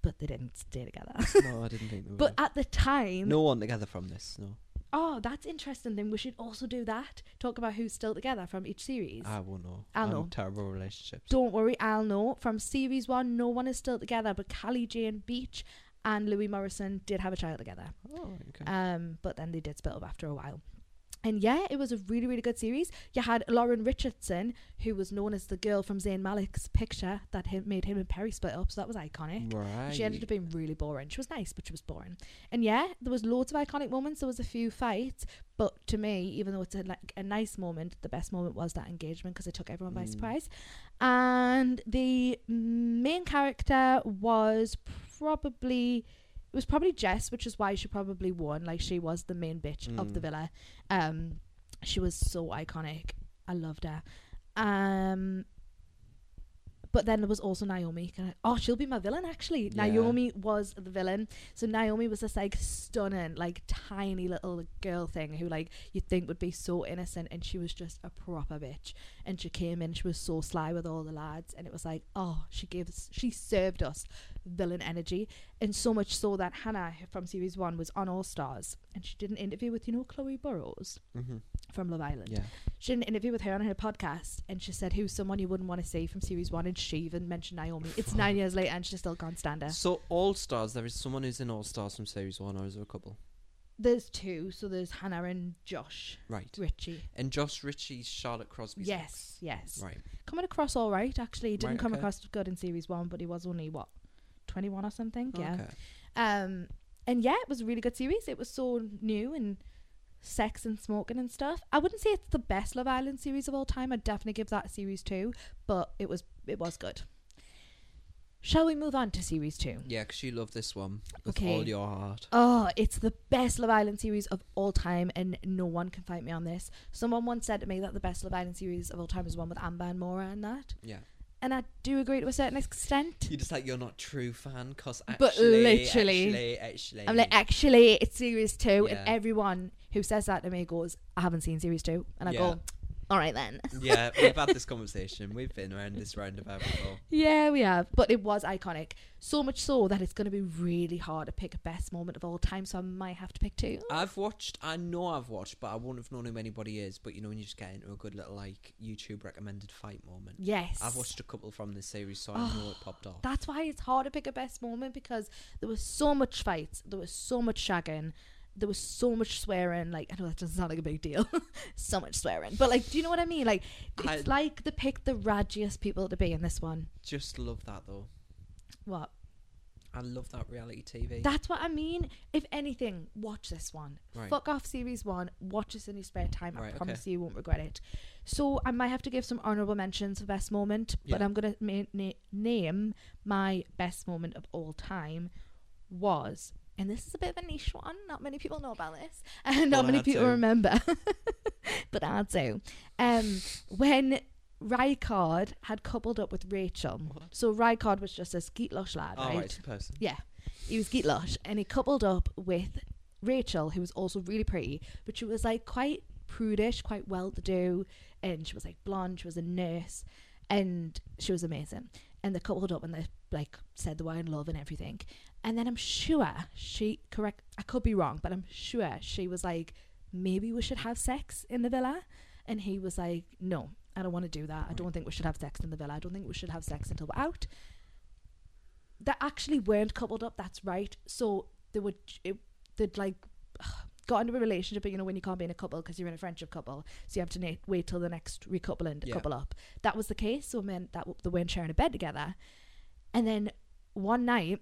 but they didn't stay together. No, I didn't think there But at the time, no one together from this. No, oh, that's interesting. Then we should also do that. Talk about who's still together from each series. I will know. I'll I'm know. terrible with relationships. Don't worry, I'll know. From series one, no one is still together, but Callie Jane Beach and Louis Morrison did have a child together. Oh, okay. Um, but then they did split up after a while. And yeah, it was a really, really good series. You had Lauren Richardson, who was known as the girl from Zayn Malik's picture that him, made him and Perry split up, so that was iconic. right. She ended up being really boring. She was nice, but she was boring. And yeah, there was loads of iconic moments. There was a few fights, but to me, even though it's a, like a nice moment, the best moment was that engagement because it took everyone by Mm. surprise. And the main character was probably it was probably Jess, which is why she probably won. Like she was the main bitch of the Mm. villa. Um, she was so iconic. I loved her. Um, but then there was also Naomi. Can I- oh, she'll be my villain actually. Yeah. Naomi was the villain. So Naomi was this like stunning, like tiny little girl thing who like you'd think would be so innocent, and she was just a proper bitch. And she came in, she was so sly with all the lads, and it was like, oh, she gave us, she served us villain energy, and so much so that Hannah from series one was on All Stars, and she did an interview with you know Chloe Burrows hmm from Love Island Yeah. she did an interview with her on her podcast and she said who's someone you wouldn't want to see from series one and she even mentioned Naomi. It's nine years later and she still can't stand her. So All Stars, there is someone who's in All Stars from Series One, or is there a couple? There's two, so there's Hannah and Josh Right. Richie. And Josh Ritchie's Charlotte Crosby. Yes, yes. Right. Coming across all right, actually. He didn't Right, come okay. across good in series one, but he was only what, twenty one or something? Yeah. Oh, Okay. Um, and yeah, it was a really good series. It was so new and sex and smoking and stuff. I wouldn't say it's the best Love Island series of all time. I'd definitely give that series two, but it was it was good. Shall we move on to series two? Yeah, 'cause you love this one with Okay. all your heart. Oh, it's the best Love Island series of all time, and no one can fight me on this. Someone once said to me that the best Love Island series of all time is one with Amber and Mora and that, Yeah. and I do agree to a certain extent. You're just like you're not a true fan, cause actually, But literally- actually, actually, I'm like, actually, it's series two, Yeah. and everyone who says that to me goes, I haven't seen series two, and I Yeah. go, all right then. yeah, we've had this conversation. We've been around this roundabout before. Yeah, we have, but it was iconic. So much so that it's going to be really hard to pick a best moment of all time, so I might have to pick two. I've watched. I know I've watched, but I wouldn't have known who anybody is. But you know, when you just get into a good little like YouTube recommended fight moment. Yes. Oh. I've watched a couple from this series, so I know it popped off. That's why it's hard to pick a best moment because there was so much fights, there was so much shagging, there was so much swearing. Like I know that doesn't sound like a big deal, so much swearing, but like, do you know what I mean? Like it's I- like they picked the radgiest people to be in this one. Just love that though. What? I love that reality TV. That's what I mean. If anything, watch this one. Right. Fuck off series one. Watch this in your spare time. Right, I okay. promise you, you won't regret it. So I might have to give some honourable mentions for best moment, but Yeah. I'm gonna ma- na- name my best moment of all time was, and this is a bit of a niche one. Not many people know about this, and Well, not I many had people to. remember. but I do. Um, when Rykard had coupled up with Rachel, so Rykard was just a skeet lush lad, All Oh, right, right? it's a person. Yeah. He was geet lush and he coupled up with Rachel, who was also really pretty, but she was like quite prudish, quite well to do, and she was like blonde, she was a nurse, and she was amazing. And they coupled up and they like said they were in love and everything. And then I'm sure she correct I could be wrong, but I'm sure she was like, Maybe we should have sex in the villa and he was like, No, I don't want to do that. I don't think we should have sex in the villa. I don't think we should have sex until we're out that actually weren't coupled up. That's right. So they would it, they'd like got into a relationship, but you know when you can't be in a couple because you're in a friendship couple, so you have to na- wait till the next recoupling to Yeah. couple up. That was the case. So it meant that w- they weren't sharing a bed together. And then one night,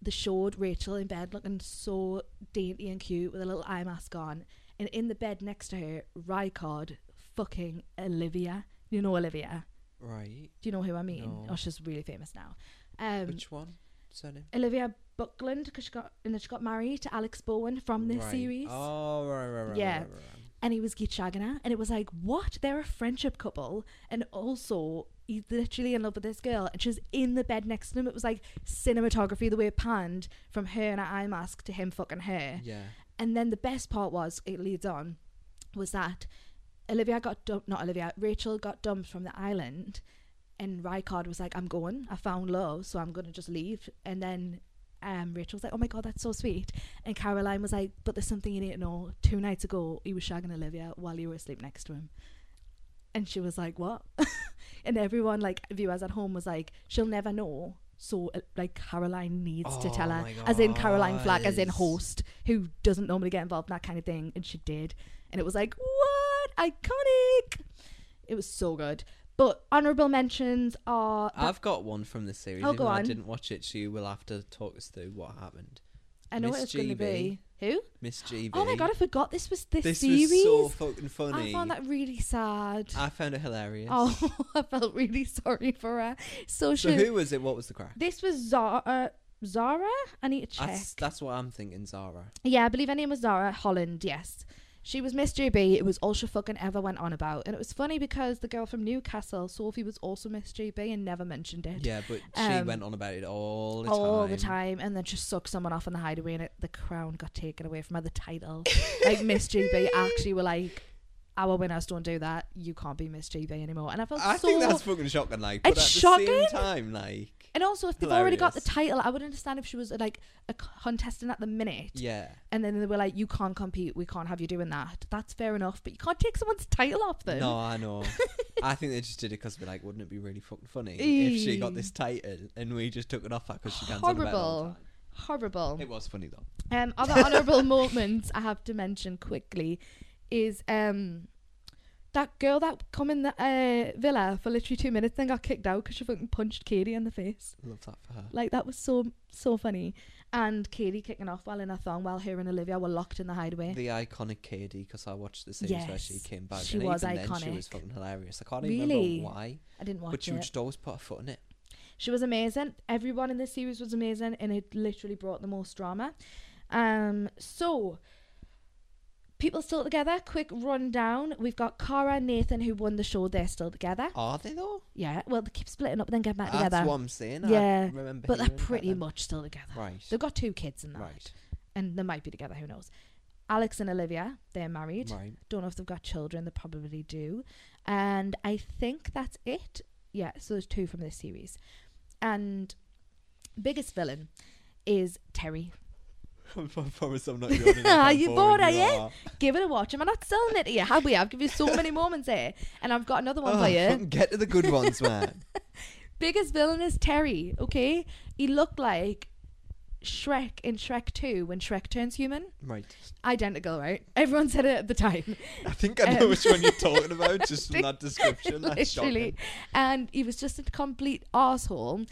they showed Rachel in bed looking so dainty and cute with a little eye mask on, and in the bed next to her, Rycard fucking Olivia. You know Olivia. Right. Do you know who I mean? No. Oh, she's really famous now. Um, Which one? Surname? Olivia Buckland because she got and then she got married to Alex Bowen from this Right. series, Oh, right, right, right. Yeah. right, right, right. and he was Geet Shagana, and it was like, what? They're a friendship couple, and also he's literally in love with this girl, and she's in the bed next to him. It was like cinematography the way it panned from her and her eye mask to him fucking her. Yeah. And then the best part was it leads on was that Olivia got dumped, not Olivia, Rachel got dumped from the island, and Ricard was like, I'm going, I found love, so I'm going to just leave. And then um, Rachel was like, Oh my God, that's so sweet. And Caroline was like, But there's something you need to know. Two nights ago, he was shagging Olivia while you were asleep next to him. And she was like, What? and everyone, like, viewers at home was like, She'll never know. So, uh, like, Caroline needs to tell Oh her, my as in Caroline Flack, as in gosh. host, who doesn't normally get involved in that kind of thing. And she did. And it was like, What? Iconic. It was so good. But honorable mentions are that- I've got one from the series. Oh, even go though I on. didn't watch it, so you will have to talk us through what happened. I know Miss what it's going to GB. be. Who? Miss GB. Oh my god, I forgot this was this, this series. was so fucking funny. I found that really sad. I found it hilarious. oh, I felt really sorry for her. So, so she, who was it? What was the crack? this was Zara. Zara? I need to check. That's that's what I'm thinking, Zara. Yeah, I believe her name was Zara Holland. Yes. She was Miss GB. It was all she fucking ever went on about. And it was funny because the girl from Newcastle, Sophie, was also Miss GB and never mentioned it. Yeah, but she Um, went on about it all the all time. the time and then just sucked someone off in the hideaway and it, the crown got taken away from her the title like miss gb actually were like our winners don't do that you can't be miss gb anymore and i felt I so think that's fucking shocking. Like, but It's at the shocking. same time, like, and also if they've already got the hilarious. title i would understand if she was like a contestant at the minute yeah, and then they were like you can't compete we can't have you doing that that's fair enough but you can't take someone's title off them no, I know. I think they just did it because we're like, wouldn't it be really fucking funny if she got Eee. this title and we just took it off her because she can't about it all the horrible time. horrible It was funny though. Um, other honourable moments I have to mention quickly is um that girl that come in the uh, villa for literally two minutes then got kicked out because she fucking punched Katie in the face. Love that for her. Like that was so so funny. And Katie kicking off while in a thong while her and Olivia were locked in the hideaway. The iconic KD because I watched the series where she Yes, came back. she and was even Then she was iconic. fucking hilarious. I can't even Really? remember why, I didn't watch but she it. would just always put her foot in it. She was amazing. Everyone in this series was amazing, and it literally brought the most drama. Um, so people still together. Quick rundown: We've got Cara and Nathan who won the show. They're still together. Are they though? Yeah. Well, they keep splitting up, then get back That's together. what I'm saying. I Yeah, remember but they're hearing about pretty them. much still together. right. They've got two kids in that, Right. and they might be together. Who knows? Alex and Olivia, they're married. Right. Don't know if they've got children. They probably do. And I think that's it. Yeah, so there's two from this series. And biggest villain is Terry. I promise I'm not yawning. Are I'm you boring bored, are you? are. Give it a watch. Am I not selling it to you? Have we? I've given you so many moments here. And I've got another one Oh, for you. fucking Get to the good ones, man. Biggest villain is Terry, okay? He looked like Shrek in Shrek 2 when Shrek turns human. right. Identical, right? Everyone said it at the time. I think I know Um, which one you're talking about just from that description. That's shocking. Literally. And he was just a complete asshole.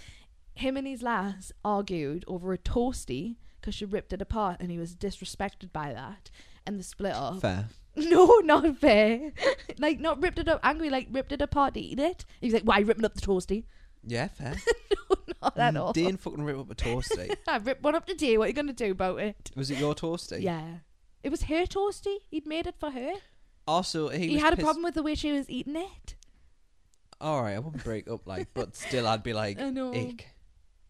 Him and his lass argued over a toasty because she ripped it apart and he was disrespected by that. And the split up. Fair. No, not fair. like, not ripped it up angry, like ripped it apart to eat it. He was like, why ripping up the toasty? Yeah, fair. no, not at all. Dane fucking rip up a toasty. I ripped one up today. What are you going to do about it? Was it your toasty? Yeah. It was her toasty. He'd made it for her. Also, he, He, was had a pissed- problem with the way she was eating it. All right, I wouldn't break up like, but still, I'd be like, I know. ick.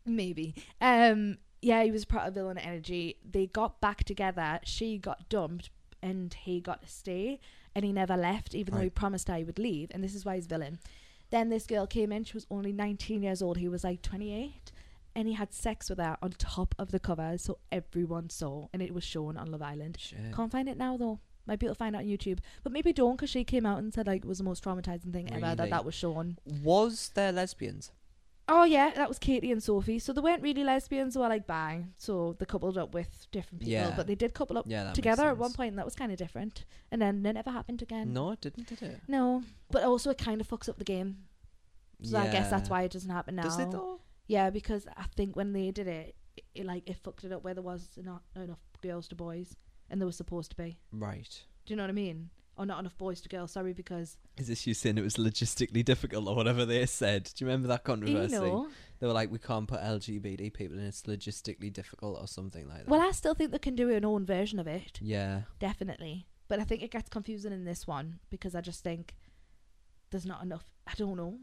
Maybe. Um. Yeah, he was part of Villain Energy. They got back together. She got dumped, and he got to stay, and he never left, even though he Right. promised her he would leave. And this is why he's villain. Then this girl came in. She was only 19 years old. He was like 28, and he had sex with her on top of the cover, so everyone saw, and it was shown on Love Island. Shit. Can't find it now though. Might be able to find it on YouTube, but maybe don't, because she came out and said like it was the most traumatizing thing ever Really? that that was shown. Was there lesbians? Oh yeah, that was Katie and Sophie. So they weren't really lesbians, they were like bang. So they coupled up with different people, Yeah. but they did couple up Yeah, that makes together at one sense. point, um, and that was kind of different. And then it never happened again. No, it didn't, did it? No, but also it kind of fucks up the game. So I guess that's why it doesn't happen now. Does it though? Yeah, because I think when they did it, it, it like it fucked it up where there was not enough girls to boys, and there was supposed to be. Right. Do you know what I mean? Or not enough boys to girls. Sorry, because Is this you saying it was logistically difficult or whatever they said? Do you remember that controversy? you know. They were like, we can't put LGBT people in, it's logistically difficult or something like that. Well, I still think they can do an own version of it. yeah. definitely. But I think it gets confusing in this one because I just think there's not enough. I don't know.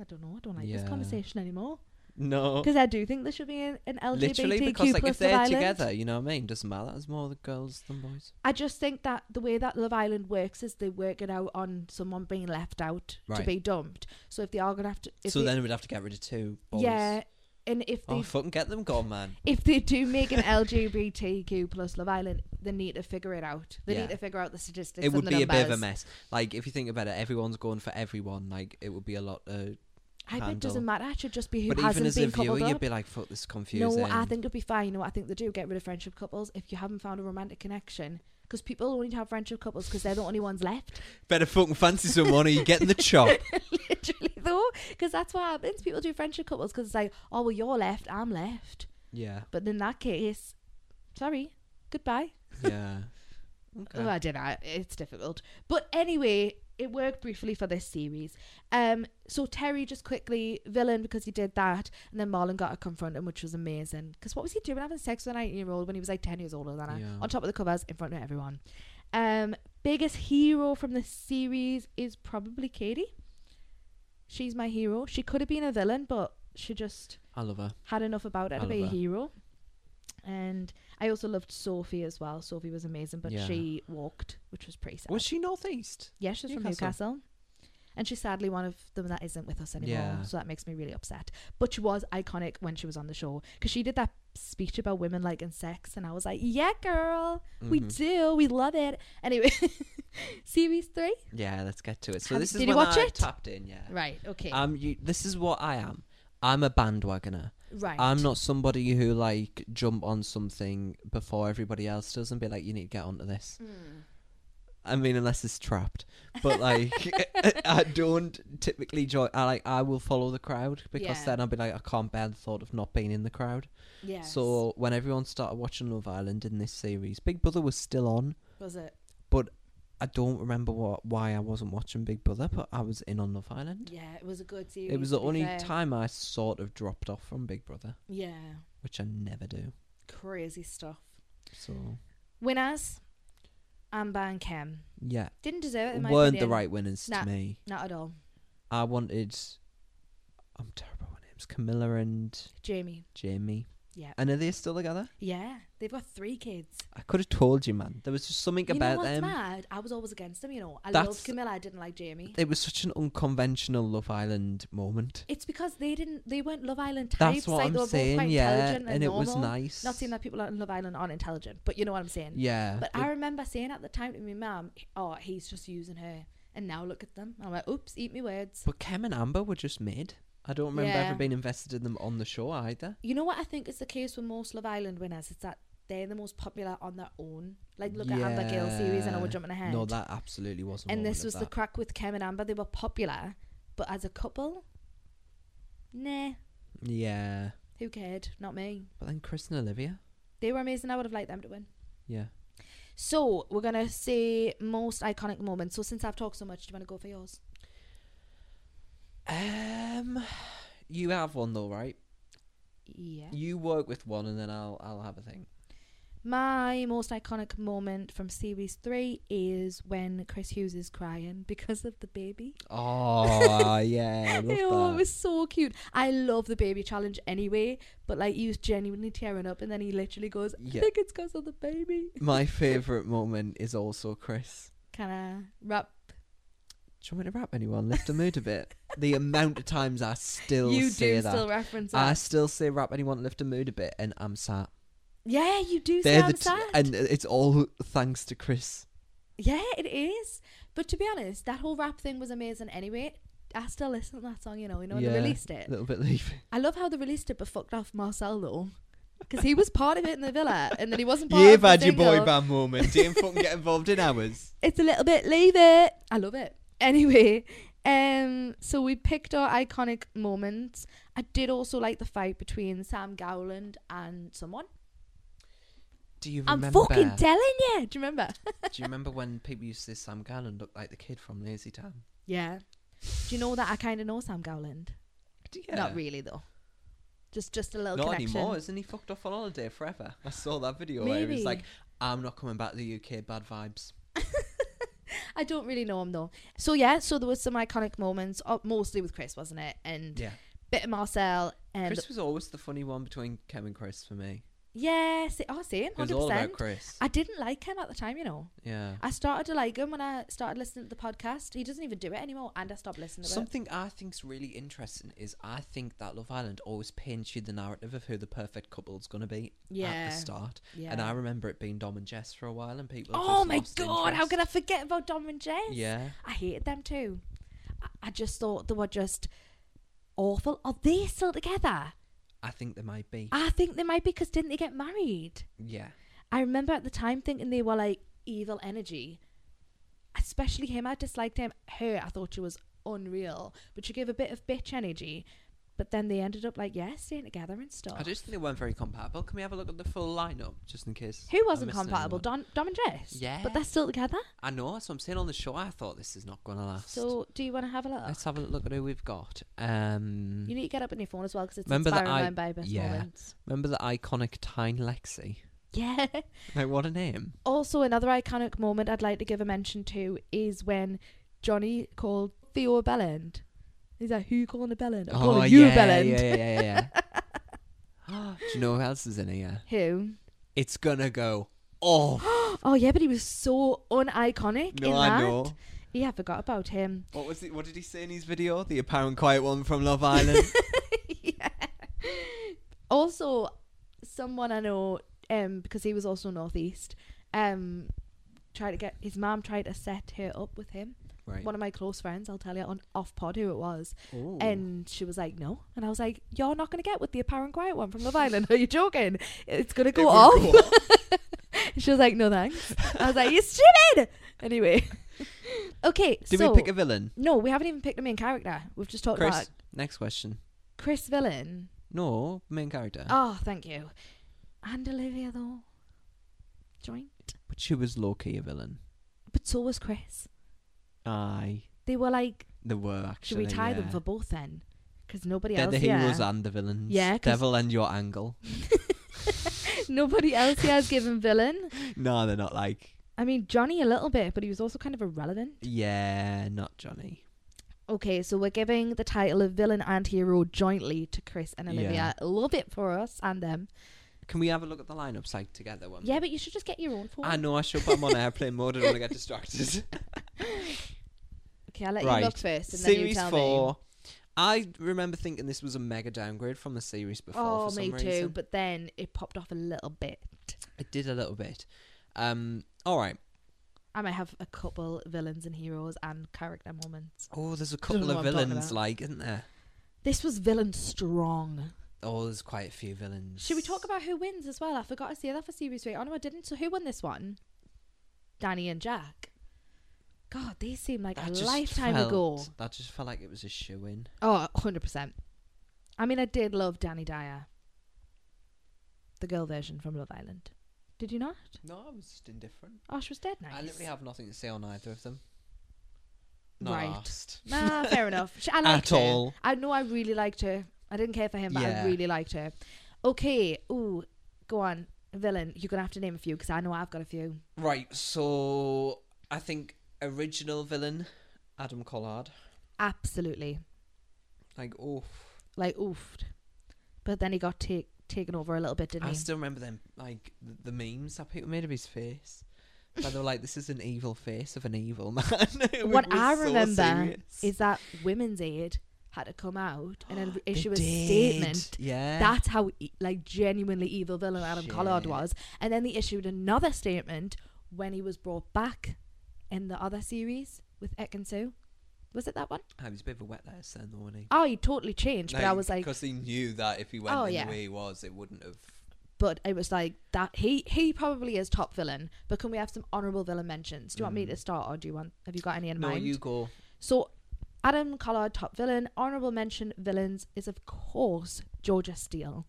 I don't know. I don't like Yeah. this conversation anymore. No. Because I do think there should be an, an LGBTQ Literally, because like plus if they're Love Island. together, you know what I mean. Doesn't matter. There's more the girls than boys. I just think that the way that Love Island works is they work it out on someone being left out to Right. be dumped. So if they are gonna have to, if so they- then we'd have to get rid of two. Boys. yeah, and if they Oh, fucking get them gone, man. if they do make an LGBTQ plus Love Island, they need to figure it out. They Yeah. need to figure out the statistics. It would and the be a bit of a numbers. mess. Like if you think about it, everyone's going for everyone. Like it would be a lot. Uh, I think it handle. doesn't matter. It should just be who but even hasn't as a been coupled viewer, you'd up. be like, "Fuck this, is confusing." No, I think it'll be fine. No, I think they do get rid of friendship couples if you haven't found a romantic connection. Because people only have friendship couples because they're the only ones left. better fucking fancy someone, or you get in the chop. Literally, though. Because that's what happens. People do friendship couples because it's like, oh, well, you're left, I'm left. Yeah, But in that case, sorry, goodbye. yeah. Okay. Oh, I did that. It's difficult. But anyway, it worked briefly for this series. Um, so Terry just quickly villain because he did that, and then Marlon got to confront him, which was amazing. Because what was he doing having sex with a nineteen-year-old when he was like ten years older than her? Yeah. On top of the covers, in front of everyone. Um, biggest hero from this series is probably Katie. She's my hero. She could have been a villain, but she just I love her. had enough about I her to be a love her. hero. And I also loved Sophie as well. Sophie was amazing, but Yeah. she walked, which was pretty sad. Was she northeast? yeah, she's from Newcastle? Newcastle. And she's sadly one of them that isn't with us anymore. Yeah. So that makes me really upset. But she was iconic when she was on the show because she did that speech about women liking sex. And I was like, yeah, girl, we Mhm. do. We love it. Anyway, series three. Yeah, let's get to it. So Have- this is did you when watch I it? tapped in. Yeah. Right. Okay. Um, you, this is what I am. I'm a bandwagoner. right. I'm not somebody who like jump on something before everybody else does and be like, you need to get onto this. Hmm. I mean, unless it's trapped, but like, I don't typically join. I like, I will follow the crowd because Yeah. then I'll be like, I can't bear the thought of not being in the crowd. Yeah. So when everyone started watching Love Island in this series, Big Brother was still on. was it? I don't remember what why I wasn't watching Big Brother, but I was in on Love Island. Yeah, it was a good series. It was to the be only fair. time I sort of dropped off from Big Brother, Yeah. which I never do. Crazy stuff. So Winners, Amber and Kim. yeah, Didn't deserve it in my weren't the opinion. right winners Nah. to me. Not at all. I wanted. I'm terrible with names. Camilla and Jamie. Jamie. Yeah. And are they still together? Yeah. They've got three kids. I could have told you, man. There was just something you know about what's them. mad? I was always against them, you know. I That's- loved Camilla, I didn't like Jamie. It was such an unconventional Love Island moment. It's because they didn't they weren't Love Island types. That's what like, I'm they were both saying, quite yeah. intelligent And, and, it was normal. nice. Not saying that people on Love Island aren't intelligent, but you know what I'm saying. Yeah. But it- I remember saying at the time to my mum, Oh, he's just using her and now look at them. I'm like, Oops, eat me words. But Cam and Amber were just mid. I don't remember Yeah. ever being invested in them on the show either. You know what I think is the case with most Love Island winners? It's that they're the most popular on their own. Like, look at Amber Gill series, and I know we're Yeah. jumping ahead. No, that absolutely wasn't. and what we this did was the that. crack with Kim and Amber. They were popular, but as a couple, nah, yeah. who cared? Not me. But then Chris and Olivia. They were amazing. I would have liked them to win. Yeah. So, we're going to say most iconic moments. So, since I've talked so much, do you want to go for yours? Um, you have one though, right? Yeah. You work with one, and then I'll I'll have a thing. My most iconic moment from series three is when Chris Hughes is crying because of the baby. Oh yeah, I love oh, that. it was so cute. I love the baby challenge anyway, but like he was genuinely tearing up, and then he literally goes, "I Yeah. think it's because of the baby." My favorite moment is also Chris. Kind of wrap. Do you want me to rap anyone? Lift the mood a bit. The amount of times I still you say do that. still reference I that. still say rap anyone, lift the mood a bit, and I'm sad. yeah, you do. They're Say the I'm t- and sad. it's all thanks to Chris. yeah, it is. But to be honest, that whole rap thing was amazing anyway. I still listen to that song, you know, you know, when Yeah. they released it. A little bit leaving. I love how they released it, but fucked off Marcel though, because he was part of it in the villa, and then he wasn't part of You've the had your single. boy band moment. You ain't fucking get involved in ours. it's a little bit leave it. I love it. Anyway, um, so we picked our iconic moments. I did also like the fight between Sam Gowland and someone. Do you I'm remember? fucking telling you. Do you remember? do you remember when people used to say Sam Gallen looked like the kid from Lazy Town? Yeah. Do you know that I kind of know Sam Gowland? Yeah. Not really though. Just just a little Not connection. anymore. Isn't he fucked off on holiday forever? I saw that video where he was like, Maybe. "I'm not coming back to the UK. Bad vibes." I don't really know him though. So yeah, so there was some iconic moments, uh, mostly with Chris, wasn't it? And Yeah. Bit of Marcel and Chris was always the funny one between Kem and Chris for me. yes, oh, same, It was hundred all percent. about Chris. I didn't like him at the time, you know. yeah. I started to like him when I started listening to the podcast. He doesn't even do it anymore, and I stopped listening to Something I think's really interesting is I think that Love Island always paints you the narrative of who the perfect couple's gonna be it. Yeah, at the start, yeah. and I remember it being Dom and Jess for a while, and people. have oh just my lost god, how interest. could I forget about Dom and Jess? Yeah, I hated them too. I, I just thought they were just awful. Are they still together? I think there might be. I think they might be because didn't they get married? yeah, I remember at the time thinking they were like evil energy. Especially him, I disliked him. Her, I thought she was unreal, but she gave a bit of bitch energy. But then they ended up like, yeah, staying together and stuff. I just think they weren't very compatible. Can we have a look at the full lineup just in case? Who I'm wasn't missing compatible? anyone? Don, Dom and Jess. Yeah. But they're still together. I know. So I'm saying on the show, I thought this is not gonna last. So do you want to have a look? let's have a look at who we've got. Um, you need to get up on your phone as well because it's Remember that inspiring I- mind by best yeah. moments. remember the iconic Tyne Lexi? Yeah. Like what a name! also, another iconic moment I'd like to give a mention to is when Johnny called Theo a bellend. He's like, who you calling a bellend? I'm calling you a Oh, yeah, bellend. yeah, yeah, yeah, yeah. Do you know who else is in here? Who? It's gonna go off. Oh yeah, but he was so uniconic. in no, I that. know. Yeah, I forgot about him. What was it? What did he say in his video? The apparent quiet one from Love Island. yeah. Also, someone I know, um, because he was also northeast, um, tried to get his mom tried to set her up with him. right. One of my close friends, I'll tell you on off pod who it was, Ooh. and she was like, "No," and I was like, "You're not gonna get with the apparent quiet one from Love Island. Are you joking? It's gonna It go would off." go off. she was like, "No thanks." I was like, "You stupid." Anyway, okay. Did so we pick a villain? no, we haven't even picked the main character. We've just talked about Chris. Next question. Chris Villain. No main character. Oh, thank you. And Olivia though. Joint. But she was low key a villain. But so was Chris. Aye. They were like, There were should actually. we tie them yeah. for both then? Because nobody They're else. the here- heroes and the villains. Yeah, 'cause- Devil and your angle. nobody else here has given villain. no, they're not like. I mean, Johnny a little bit, but he was also kind of irrelevant. Yeah, not Johnny. Okay, so we're giving the title of villain and hero jointly to Chris and Olivia. Yeah. Love it for us and them. Can we have a look at the lineups like together? One Yeah, but you should just get your own phone. I know I should put them on airplane mode. I don't want to get distracted. Okay, I'll let Right. you look first and then you series tell me. four. I remember thinking this was a mega downgrade from the series before. Oh, for some me reason. too. But then it popped off a little bit. It did a little bit. Um. All right. I might have a couple villains and heroes and character moments. Oh, there's a know couple what of I'm talking villains, about. like, isn't there? This was villain strong. Oh, there's quite a few villains. Should we talk about who wins as well? I forgot to say that for series three. Oh no, I didn't. So who won this one? Danny and Jack. God, they seem like a just lifetime felt- ago. That just felt like it was a shoe in. Oh, 100%. I mean, I did love Danny Dyer. The girl version from Love Island. Did you not? No, I was just indifferent. Oh, she was dead nice. I literally have nothing to say on either of them. Not Right. asked. Nah, fair enough. She, I liked At her. all. I know I really liked her. I didn't care for him, but Yeah. I really liked her. Okay, ooh, go on. Villain, you're going to have to name a few because I know I've got a few. Right. So I think original villain Adam Collard. Absolutely. Like, oh, Like, oofed. But then he got ta- taken over a little bit, didn't I he? still remember them. Like th- the memes that people made of his face. But they were like, "This is an evil face of an evil man." It what was I so remember serious. is that Women's Aid had to come out and then They issue a did, statement. Yeah. That's how e- like genuinely evil villain Adam Collard Shit. was. And then they issued another statement when he was brought back in the other series with Ek and Sue. Was it that one? Ah, he was a bit of a wet ass then, though, wasn't he? Oh, he totally changed. but I was like, because he knew that if he went Oh, in yeah. the way he was, it wouldn't have. but it was like that. He he probably is top villain. But can we have some honourable villain mentions? Do you want me Mm. to start, or do you want? Have you got any in no, mind? you go. So, Adam Collard, top villain. Honorable mention villains is, of course, Georgia Steele.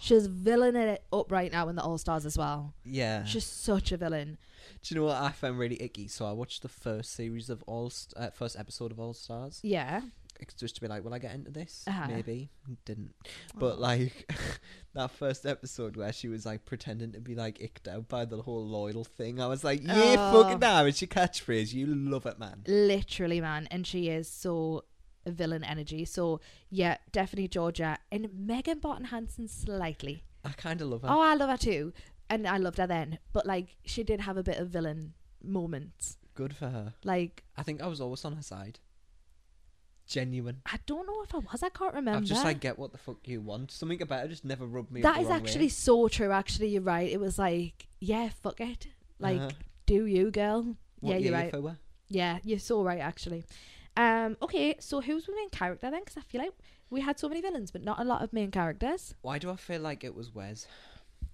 She's villaining it up right now in the All Stars as well. Yeah. She's such a villain. Do you know what I found really icky? So I watched the first series of All St- uh, first episode of All Stars Yeah. It's just to be like, will I get into this? Uh-huh. Maybe didn't, but like that first episode where she was like pretending to be like icked out by the whole loyal thing. I was like, yeah, Oh. fucking now it's your catchphrase. You love it, man. Literally, man. And she is so a villain energy. So yeah, definitely Georgia and Megan Barton Hanson slightly. I kind of love her. Oh, I love her too, and I loved her then. But like, she did have a bit of villain moments. Good for her. Like, I think I was always on her side. Genuine. I don't know if I was. I can't remember. I've just like get what the fuck you want. Something about her just never rubbed me. up that the is wrong actually way. so true. Actually, you're right. It was like, yeah, fuck it. Like, Uh-huh. do you, girl? What yeah, year you're you right. for her? Yeah, you're so right, actually. Um, okay, so who's the main character then? Because I feel like we had so many villains, but not a lot of main characters. Why do I feel like it was Wes?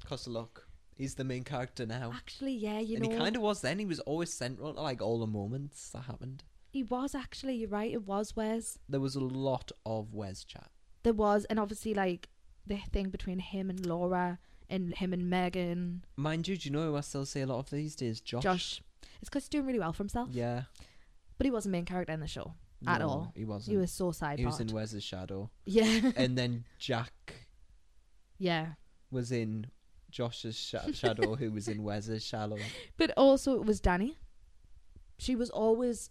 Cause look, he's the main character now, Actually, yeah, Ah, Oh. you and know, he kind of was then. He was always central to like all the moments that happened. he was actually. You're right. It was Wes. There was a lot of Wes chat. There was, and obviously, like the thing between him and Laura, and him and Megan, Mind you, do you know who I still see a lot of these days? Josh. Josh. It's because he's doing really well for himself. Yeah. But he was not main character in the show. At No, all. He wasn't. He was so side He was in part. Wes's shadow, Yeah. and then Jack yeah. was in Josh's sha- shadow, who was in Wes's shadow. But also, it was Danny. She was always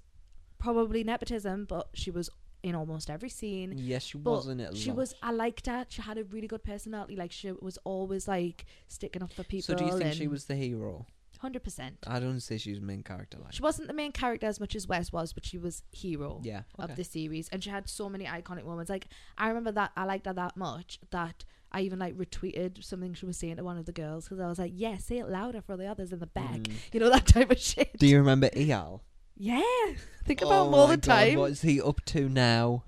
probably nepotism, but she was in almost every scene. Yes, she But wasn't it. a She lot. was. I liked her. She had a really good personality. Like she was always like sticking up for So people. do you think she was Ah, the hero? Hundred percent. I don't say she was main character like. She wasn't the main character as much as Wes was, but she was hero Yeah. of Okay. the series, and she had so many iconic moments. Like I remember that I liked her that much that I even like retweeted something she was saying to one of the girls because I was like, "Yeah, say it louder for the others in the back." Mhm. You know that type of shit. Do you remember Eyal? Yeah, think about him Oh all my the God, time. What is he up to now?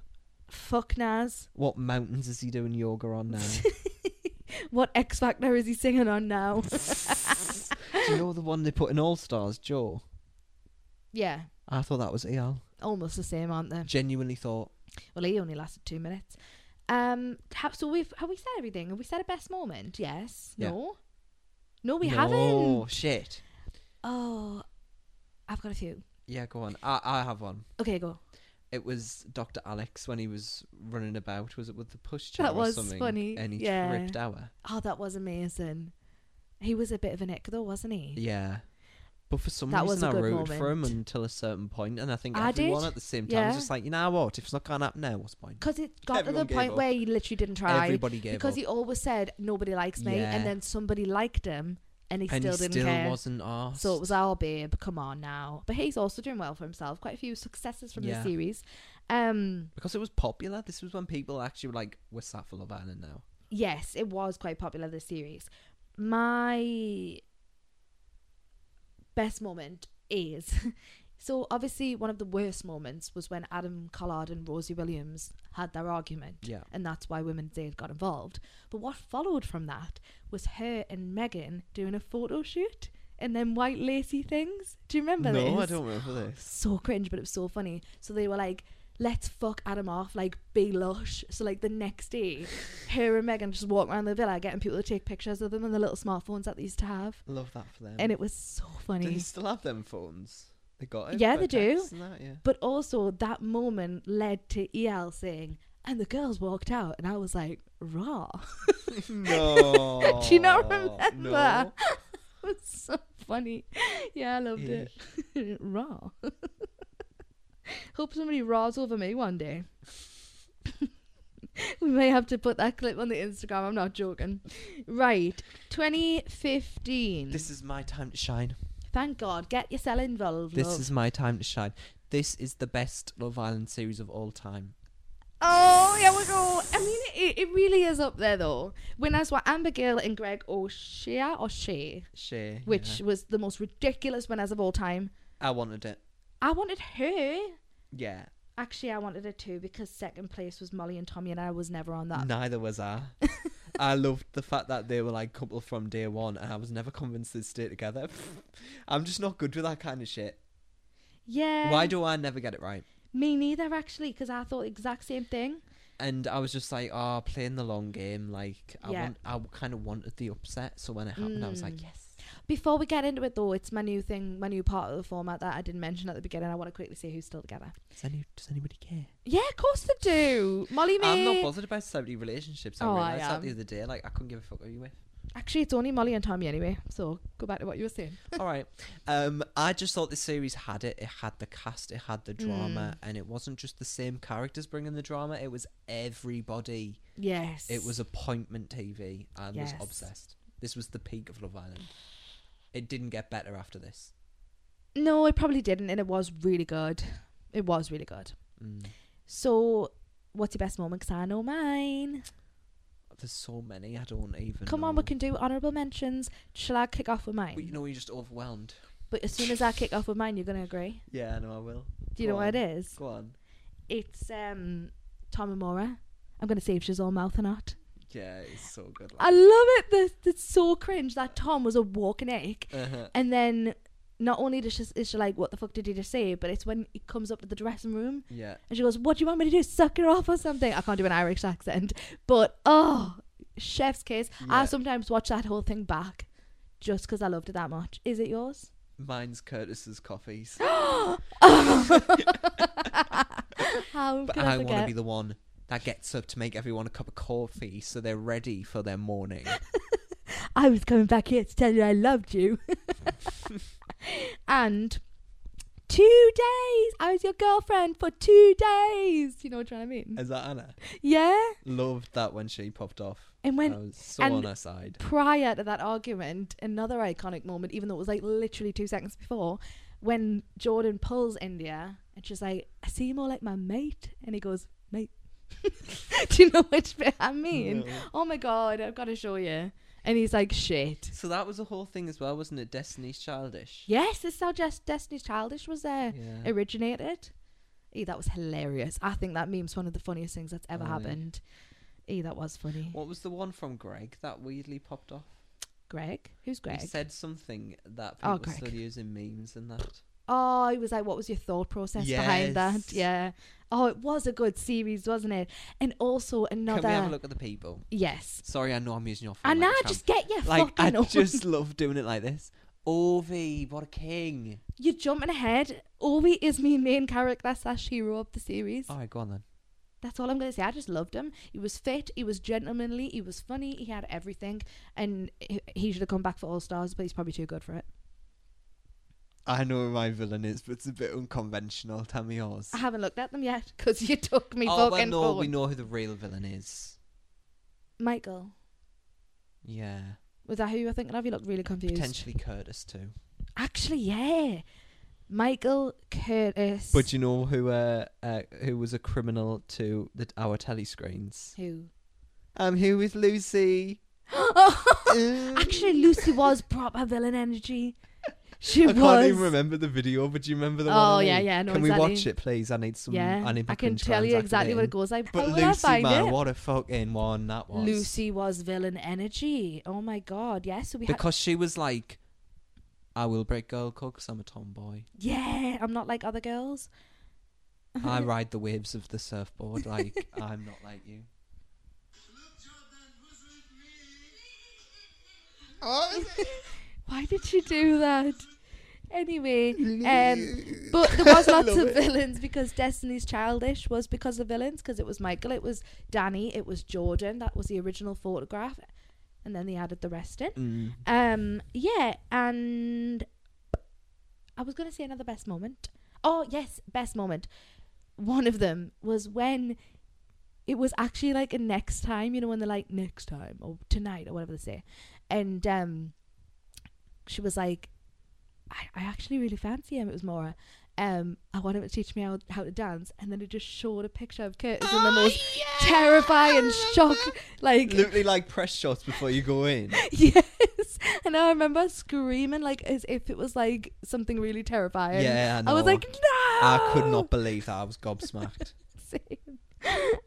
Fuck Nas. What mountains is he doing yoga on now? What X Factor is he singing on now? Do you know the one they put in All Stars, Joe? yeah, I thought that was Eyal. almost the same, aren't they? Genuinely thought. Well, he only lasted two minutes. Um, have, so we've have we said everything? Have we said a best moment? Yes. Yeah. No. No, we no, haven't. shit. Oh, I've got a few. Yeah, go on. I, I have one. Okay, go. It was Dr. Alex when he was running about. Was it with the pushchair That was or something? funny, And he yeah. tripped our. Oh, that was amazing. He was a bit of an ick though, wasn't he? Yeah. But for some That was reason, a I good rooted for him moment. until a certain point, and I think I everyone did, at the same time was yeah. just like, you know what? If it's not going to happen now, what's the point? Because it got Everyone to the gave point up. where he literally didn't try. Everybody gave because up. he always said nobody likes me, Yeah. and then somebody liked him, and he and still he didn't still care. wasn't asked. So it was our babe. Come on now. But he's also doing well for himself. Quite a few successes from Yeah. the series. Um, because it was popular. This was when people actually were like, "We're sat for Love Island now." yes, it was quite popular this series. My best moment is so obviously one of the worst moments was when Adam Collard and Rosie Williams had their argument. Yeah, and that's why Women's Aid got involved. But what followed from that was her and Megan doing a photo shoot and then white lacy things. Do you remember this? no, I don't remember this. So cringe, but it was so funny. So they were like, let's fuck Adam off, like be lush. So like the next day, her and Megan just walk around the villa getting people to take pictures of them and the little smartphones that they used to have. Love that for them. And it was so do funny. they still have them phones? They got it. Yeah, for they do. texts and that, yeah. But also that moment led to El saying, and the girls walked out, and I was like, raw. no. Do you not remember? No. It was so funny. Yeah, I loved it. Raw. Hope somebody raws over me one day. we may have to put that clip on the Instagram. I'm not joking. Right, 2015. This is my time to shine. Thank God. Get yourself involved. This love. is my time to shine. This is the best Love Island series of all time. Oh, here we go. I mean, it, it really is up there though. Winners were Amber Gill and Greg O'Shea, or Shea, Share. which was the most ridiculous winners of all time. I wanted it. I wanted her. Yeah. Actually, I wanted it too because second place was Molly and Tommy, and I was never on that. Neither was I. I loved the fact that they were like couple from day one, and I was never convinced they'd stay together. I'm just not good with that kind of shit. Yeah. Why do I never get it right? Me neither, actually, because I thought the exact same thing. And I was just like, oh, playing the long game. Like I Yeah. want, I kind of wanted the upset. So when it happened, I was like, Mm. yes. Before we get into it, though, it's my new thing, my new part of the format that I didn't mention at the beginning. I want to quickly see who's still together. Does, any, does anybody care? Yeah, of course they do. Molly, me. I'm not bothered about celebrity relationships. I Oh, I realized that the am. other day. Like I couldn't give a fuck who you eh? with. Actually, it's only Molly and Tommy anyway. So go back to what you were saying. All right. Um, I just thought the series had it. It had the cast. It had the drama, Hmm. and it wasn't just the same characters bringing the drama. It was everybody. Yes. It was appointment TV. I was Yes. obsessed. This was the peak of Love Island. It didn't get better after this. No, it probably didn't, and it was really good. It was really good. Mm. So, what's your best moment? Because I know mine. There's so many. I don't even. Come know. on, we can do honourable mentions. Shall I kick off with mine? But you know, you're just overwhelmed. But as soon as I kick off with mine, you're gonna agree. Yeah, I know. I will. Do you Go know what it on. is? Go on. It's um Tom and Mora. I'm gonna see if she's all mouth or not. Yeah, it's so good. I love it. This it's so cringe that Tom was a walking egg, uh and then not only does she, is she like, "What the fuck did you just say?" But it's when he comes up to the dressing room Yeah. and she goes, "What do you want me to do? Suck her off or something?" I can't do an Irish accent, but oh, chef's kiss. Yeah. I sometimes watch that whole thing back just because I loved it that much. Is it yours? Mine's Curtis's coffees. How But can I, I want to forget? be the one that gets up to make everyone a cup of coffee so they're ready for their morning. I was coming back here to tell you I loved you. and two days, I was your girlfriend for two days. You know what I mean? Is that Anna? yeah. Loved that when she popped off. And when I was so and- on her side. prior to that argument, another iconic moment, even though it was like literally two seconds before, when Jordan pulls India and she's like, I see you more like my mate. And he goes, Mate. Do you know which bit I mean? Oh my God, I've got to show you. And he's like, Shit. So that was the whole thing as well, wasn't it? Destiny's Childish. Yes, this is how just Destiny's Childish was there. Yeah. originated. E, that was hilarious. I think that meme's one of the funniest things that's ever Oh, yeah. happened. E, that was funny. What was the one from Greg that weirdly popped off? Greg? Who's Greg? He said something that people Oh, are still Greg. using memes and that. oh, he was like, what was your thought process Yes. behind that? Yeah. Oh, it was a good series, wasn't it? And also another. Can we have a look at the people? Yes. Sorry, I know I'm using your phone. And like now a champ. just get your like I fucking own. just love doing it like this. Ovi, what a king! You're jumping ahead. Obi is my main character slash hero of the series. All right, go on then. That's all I'm gonna say. I just loved him. He was fit. He was gentlemanly. He was funny. He had everything, and he- he should have come back for All Stars, but he's probably too good for it. I know who my villain is, but it's a bit unconventional. Tell me yours. I haven't looked at them yet because you took me oh, well, fucking no, we phone. know who the real villain is. Michael, Yeah, was that who you were thinking of? You looked really confused. potentially Curtis too. Actually, yeah, Michael Curtis. But you know who uh, uh who was a criminal to the, our telly screens? who? Um, who is Lucy? Um, Actually, Lucy was proper villain energy. She I was. can't even remember the video, but do you remember the one? Oh, I yeah, mean? yeah, I know Can we exactly. watch it, please? I need some. Yeah, I need my I can Pinterest tell you exactly what it activating. goes like. But How would I Lucy, find man, it? what a fucking one that was. Lucy was villain energy. Oh my god, yes. so we had because she was like, "I will break girl code because I'm a tomboy. yeah, I'm not like other girls. I ride the waves of the surfboard. Like I'm not like you." Why did she do that? Anyway, um, but there was lots of villains because Destiny's Childish was because of villains because it was Michael, it was Danny, it was Jordan. That was the original photograph, and then they added the rest in. Mm. Um, yeah, and I was gonna say another best moment. Oh yes, best moment. One of them was when it was actually like a next time, you know, when they're like next time or tonight or whatever they say, and um, she was like, I, I actually really fancy him. It was Maura. Um, I want him to teach me how, how to dance, and then it just showed a picture of Curtis in the most terrifying shock, Um, like Literally like press shots before you go in. Yes. And I remember screaming like as if it was like something really terrifying. yeah, I, I, was know. like, no. I could not believe that. I was gobsmacked. Same.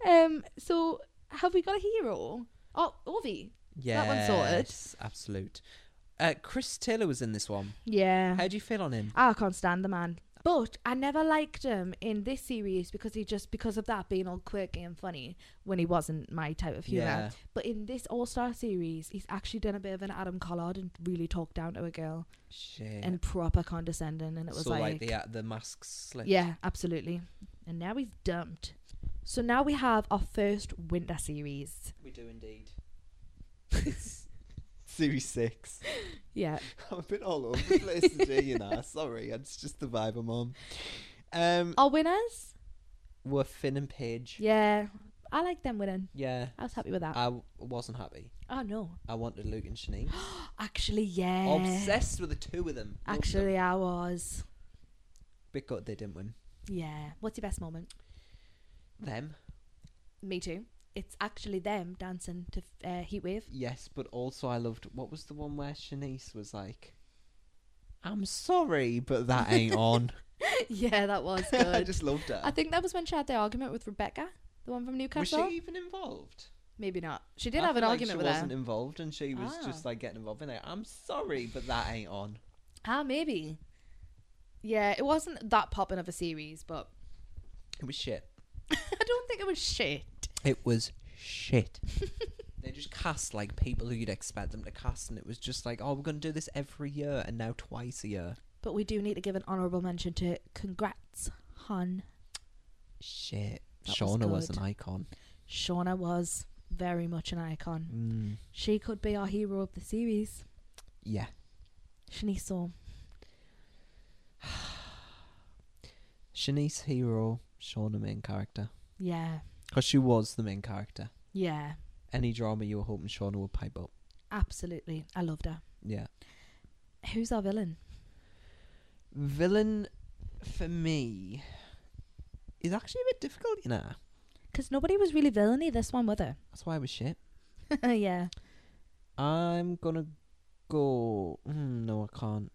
Um. So have we got a hero? Oh, Ovi. Yeah, That one's sorted. Absolute. Uh, Chris Taylor was in this one. Yeah. Ah, How do you feel on him? I can't stand the man. But I never liked him in this series because he just because of that being all quirky and funny when he wasn't my type of humor. Yeah. But in this All Star series, he's actually done a bit of an Adam Collard and really talked down to a girl Shit. and proper condescending. And it was so like, the uh, the mask slip. Yeah, absolutely. And now he's dumped. So now we have our first winter series. we do indeed. Series 6. Yeah. I'm a bit all over the place today, you know. Sorry, it's just the vibe I'm on. Um, Our winners? were Finn and Paige. Yeah. I like them winning. Yeah. I was happy with that. I w- wasn't happy. oh, no. I wanted Luke and Shanice. Actually, yeah. Obsessed with the two of them. Loved them. Actually, I was. Bit gut they didn't win. Yeah. What's your best moment? Them, Me too. It's actually them dancing to uh, Heatwave. yes, but also I loved. What was the one where Shanice was like, "I'm sorry, but that ain't on." yeah, that was I good. just loved her. I think that was when she had the argument with Rebecca, the one from was Newcastle. she even involved? Maybe not. She did I have an feel like argument she with wasn't her. involved, and she was Ah. just like getting involved in it. I'm sorry, but that ain't on. Ah, maybe. Yeah, it wasn't that popping of a series, but It was shit. I don't think it was shit. It was shit. they just cast like people who you'd expect them to cast, and it was just like, oh, we're going to do this every year, and now twice a year. But we do need to give an honourable mention to congrats, hon. Shit. That was Shauna was, good. an icon. Shauna was very much an icon. Mm, She could be our hero of the series. yeah. Shanice Storm. Shanice Hero, Shauna main character. Yeah, Because she was the main character. yeah, Any drama you were hoping Shauna would pipe up. absolutely. I loved her. Yeah. Who's our villain? Villain for me is actually a bit difficult, you know. Because nobody was really villainy this one, were there? That's why I was shit. yeah. I'm gonna go. Mm, no, I can't.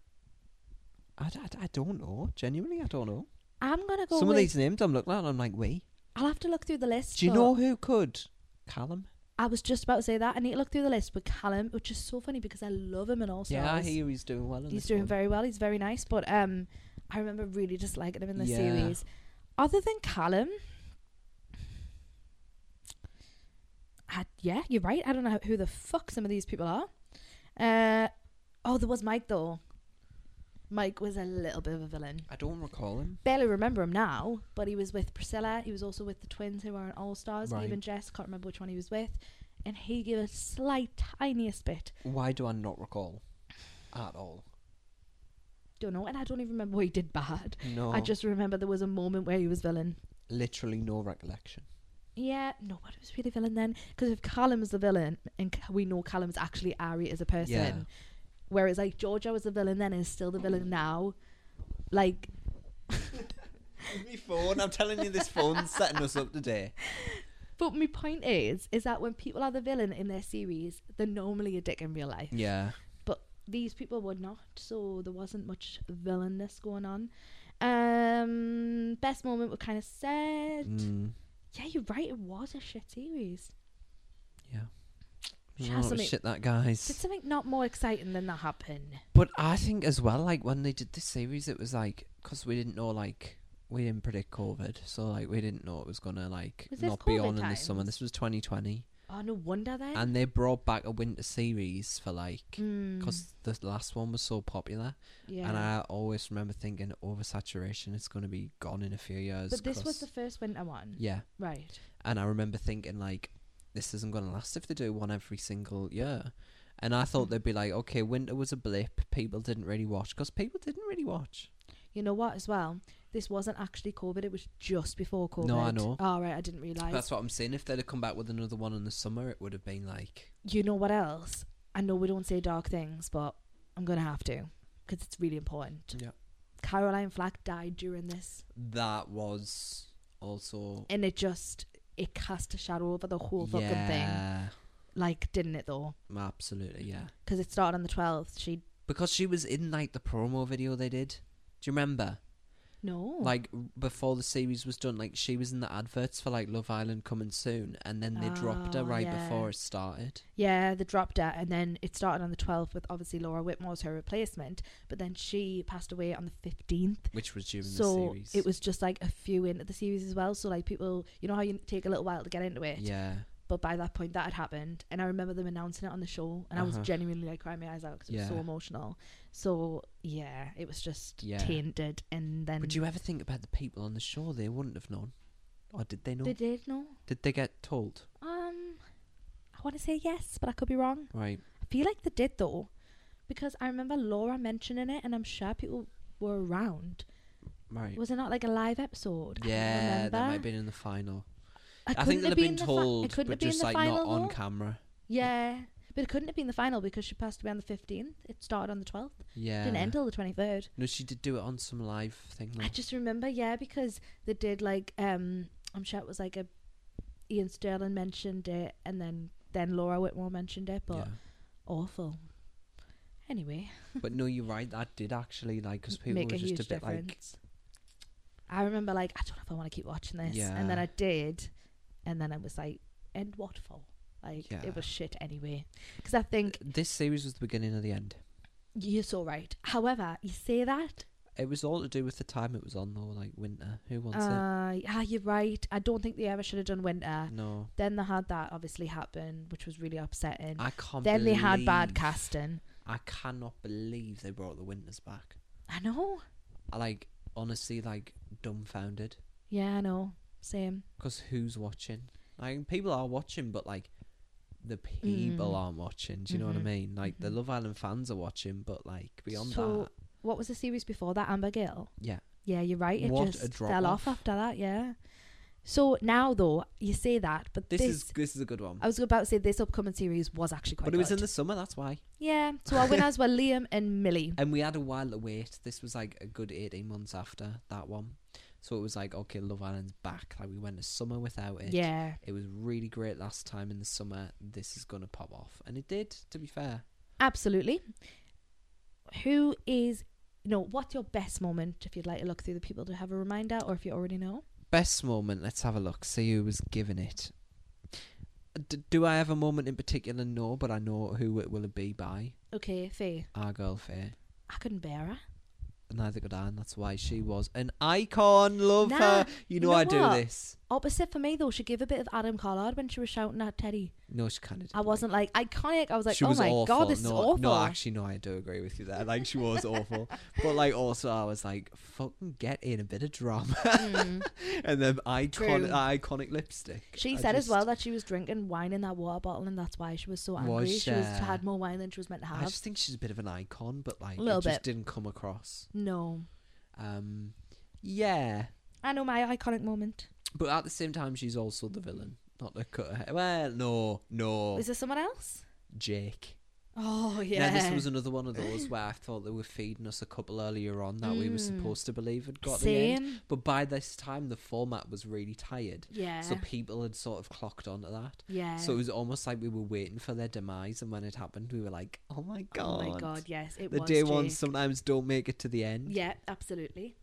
I, d- I d- I don't know. Genuinely, I don't know. I'm going to go Some of with... these names I'm looking at, I'm like, we. I'll have to look through the list. Do you but know who could? Callum. I was just about to say that. I need to look through the list with Callum, which is so funny because I love him and all yeah, I stars. hear he's doing well. In He's this doing one. very well. He's very nice. But um, I remember really disliking him in this Yeah. series. Other than Callum, I, yeah, you're right. I don't know who the fuck some of these people are. Uh, oh, there was Mike though. Mike was a little bit of a villain. I don't recall him. Barely remember him now, but he was with Priscilla. He was also with the twins who were on All Stars. Right. Even Jess can't remember which one he was with, and he gave a slight tiniest bit. Why do I not recall at all? Don't know, and I don't even remember what he did bad. No, I just remember there was a moment where he was villain. literally no recollection. Yeah, nobody was really villain then. Because if Callum's the villain, and c- we know Callum's actually Ari as a person, Yeah. whereas like Georgia was the villain then and is still the villain now, like My phone. I'm telling you, this phone's setting us up today. But my point is, is that when people are the villain in their series, they're normally a dick in real life. Yeah, But these people were not, so there wasn't much villainness going on. Um, best moment we kind of said. mm, Yeah, you're right. It was a shit series. yeah. She You know has what something- shit that Did guys. something not more exciting than that happen? But I think as well, like when they did this series, it was like because we didn't know, like we didn't predict COVID, so like we didn't know it was gonna like Was this not be COVID on in the summer. times? This was 2020, Oh, no wonder then. and they brought back a winter series for like Mm, because the last one was so popular. yeah. And I always remember thinking oversaturation is going to be gone in a few years. but this was 'cause- the first winter one. yeah, Right. and I remember thinking like, this isn't going to last if they do one every single year. And I Mm. thought they'd be like, okay, winter was a blip. People didn't really watch because people didn't really watch. You know what, as well? This wasn't actually COVID. It was just before COVID. No, I know. Oh, right. I didn't realise. That's what I'm saying. If they'd have come back with another one in the summer, it would have been like, you know what else? I know we don't say dark things, but I'm gonna have to because it's really important. Yeah. Caroline Flack died during this, that was also and it just it cast a shadow over the whole fucking thing. yeah, Like, didn't it though? absolutely, yeah. Because it started on the 12th. She Because she was in like the promo video they did. Do you remember? no. like before the series was done like she was in the adverts for like love island coming soon and then they dropped Oh, her right yeah. before it started yeah, they dropped her, and then it started on the 12th with obviously Laura Whitmore's her replacement, but then she passed away on the 15th. which was during the So series it was just like a few into the series as well. So like people, you know how you take a little while to get into it. yeah But by that point, that had happened, and I remember them announcing it on the show, and I Uh-huh. was genuinely like crying my eyes out because it was so Yeah. emotional. So yeah, it was just Yeah. tainted, and then would you ever think about the people on the show they wouldn't have known or did they know they did no. did they get told Um, I want to say yes, but I could be wrong. right I feel like they did though, because I remember Laura mentioning it, and I'm sure people were around. Right. Was it not like a live episode? I don't Yeah, that might remember. have been in the final. I I couldn't think they'd have have been been the fi- it told, couldn't have but been just the like not final, on though. camera. Yeah, but it couldn't have been the final because she passed away on the 15th. It started on the 12th. Yeah. Didn't end till the 23rd. No, she did do it on some live thing. Though. I just remember, yeah, because they did like um I'm sure it was like a Ian Sterling mentioned it and then then Laura Whitmore mentioned it, but Yeah. awful. Anyway, but no, you're right. That did actually like because people make were a just huge a bit like difference. I remember like I don't know if I want to keep watching this, and then Yeah. I did, and then I was like, and what for? Like Yeah. it was shit anyway. Because I think this series was the beginning of the end. you're so right. However, you say that It was all to do with the time it was on though, like winter. Who wants Uh, ah, you're right. I don't think they ever should have done winter. it? No, Then they had that obviously happen, which was really upsetting. I can't. then they had bad believe- casting. I cannot believe they brought the winters back. I know. I like honestly like dumbfounded Yeah, I know. Same. because who's watching? Like people are watching, but like the people Mm. aren't watching. Do you know what Mhm. I mean? Like the Mhm. Love Island fans are watching, but like beyond So, that, What was the series before that? Amber Gill. yeah, Yeah, you're right. It What a just drop fell off. off. after that. Yeah. So now though, you say that, but this, this, is this is a good one. I was about to say this upcoming series was actually quite. but it was in good. the summer, that's why. Yeah. So our winners were Liam and Millie. And we had a while to wait. This was like a good 18 months after that one. So it was like, okay, Love Island's back. Like we went a summer without it. Yeah. It was really great last time in the summer. This is going to pop off. And it did, to be fair. Absolutely. Who is no, what's your best moment if you'd like to look through the people to have a reminder or if you already know? Best moment, let's have a look. See who was given it. D- do I have a moment in particular? No, but I know who it will be by. Okay, Faye. Our girl Faye. I couldn't bear her. Neither could I, and that's why she was an icon. Love Nah, her. You you know, know I do what? this. Opposite for me though, she gave a bit of Adam Collard when she was shouting at Teddy. No, she kind of I wasn't like iconic. I was like, she oh was my awful. god, this no, is awful. No, actually, no, I do agree with you there. Like, she was awful. But, like, also, I was like, fucking get in a bit of drama. Mm. and then True. iconic, iconic lipstick. She I said as just- well that she was drinking wine in that water bottle and that's why she was so Was angry. she was, she? had more wine than she was meant to I have. just think she's a bit of an icon, but, like, Little it just bit. didn't come across. No. Um, yeah. I know my iconic moment. But at the same time, she's also the villain. Not the cut her Well, no, no. Is there someone else? Jake. Oh yeah. Now, Oh. this was another one of those where I thought they were feeding us a couple earlier on that we were Mm. supposed to believe had got the end. Same. But by this time, the format was really tired. Yeah. So people had sort of clocked onto that. yeah. So it was almost like we were waiting for their demise. And when it happened, we were like, oh my God. Oh my god, yes, it The was. day ones Jake. sometimes don't make it to the end. Yeah, absolutely.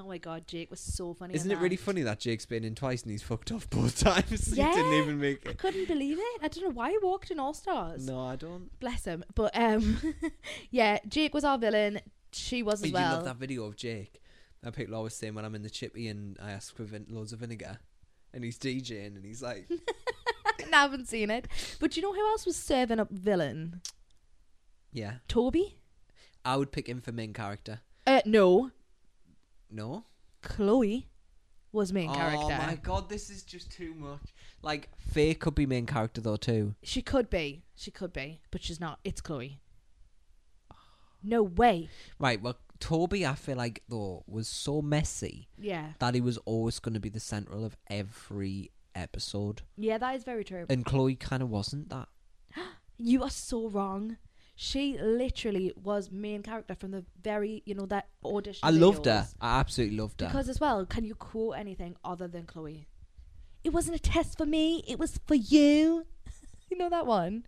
Oh my god, Jake was so funny. Isn't in it really that. funny that Jake's been in twice and he's fucked off both times? Yeah. he didn't even make I it. couldn't believe it. I don't know why he walked in All Stars. No, I don't. Bless him. But um, yeah, Jake was our villain. She was as You well. love that video of Jake. That people always saying when I'm in the chippy and I ask for vin- loads of vinegar. And he's DJing and he's like, And I haven't seen it. But you know who else was serving up villain? yeah. Toby? I would pick him for main character. Uh, no, No? Chloe was main oh character. my god, this is just too much. Like, Faye could be main character though too. She could be. She could be, but she's not. It's Chloe. No way. Right, well, Toby, I feel like though was so messy Yeah. that he was always going to be the central of every episode, Yeah, that is very true. and Chloe kind of wasn't that. You are so wrong. She literally was main character from the very, you know, that audition. I loved her. videos. I absolutely loved her. Because as well, can you quote anything other than Chloe? It wasn't a test for me. It was for you. you know that one.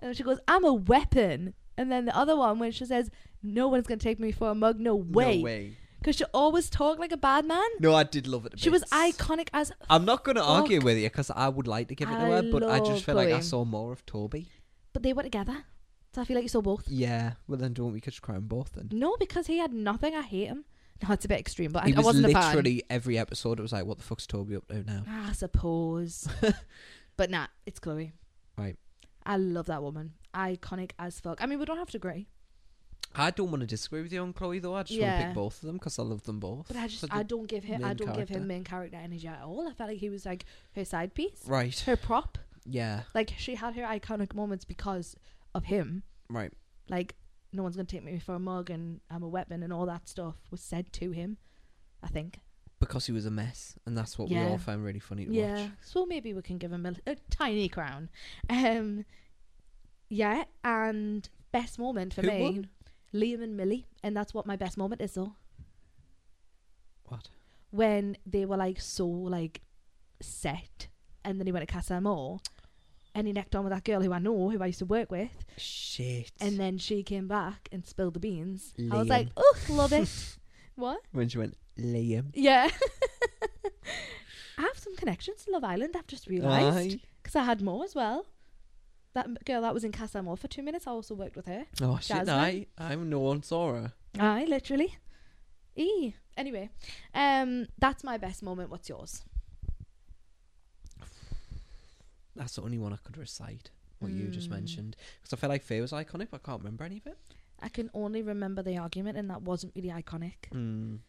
And she goes, "I'm a weapon." And then the other one when she says, "No one's gonna take me for a mug. No way." no way. Because she always talked like a bad man. No, I did love it. a She was bit. iconic as I'm not going to Fuck. argue with you because I would like to give it to I her, but I love just feel like I Chloe. saw more of Toby. but they were together. So I feel like you saw both. Yeah, well then don't we could crown both then? No, because he had nothing. I hate him. No, it's a bit extreme, but I, It I was wasn't a fan. Ah, literally every episode. It was like, what the fuck's Toby up to now? I suppose. but nah, it's Chloe. Right. I love that woman. Iconic as fuck. I mean, we don't have to agree, I don't want to disagree with you on Chloe though. I just want to Yeah. pick both of them because I love them both. but I just So the- I don't give him I main don't give character. him main character energy at all. I felt like he was like her side piece, right. her prop. Yeah. Like she had her iconic moments because of him. Right. Like, no one's going to take me for a mug and I'm a weapon and all that stuff was said to him, I think. Because he was a mess, and that's what we Yeah. all found really funny to yeah. watch. So maybe we can give him a, a tiny crown. Um, yeah. And best moment for Who me won? Liam and Millie. And that's what my best moment is, though. What? When they were like so like set and then he went to Casa Amor and he necked on with that girl who I know, who I used to work with. Shit. And then she came back and spilled the beans. I Liam. was like, oh, love it. what? when she went, Liam. Yeah. I have some connections to Love Island, I've just realised. Aye. Because I had more as well. That m- girl that was in Casa Amor for two minutes, I also worked with her. Oh shit! Jasmine? I, I, no one saw her. Aye, literally. E. Anyway, um, that's my best moment. What's yours? That's the only one I could recite. What you just Mm. mentioned, because I felt like Faye was iconic, but I can't remember any of it. I can only remember the argument, and that wasn't really iconic. Mm.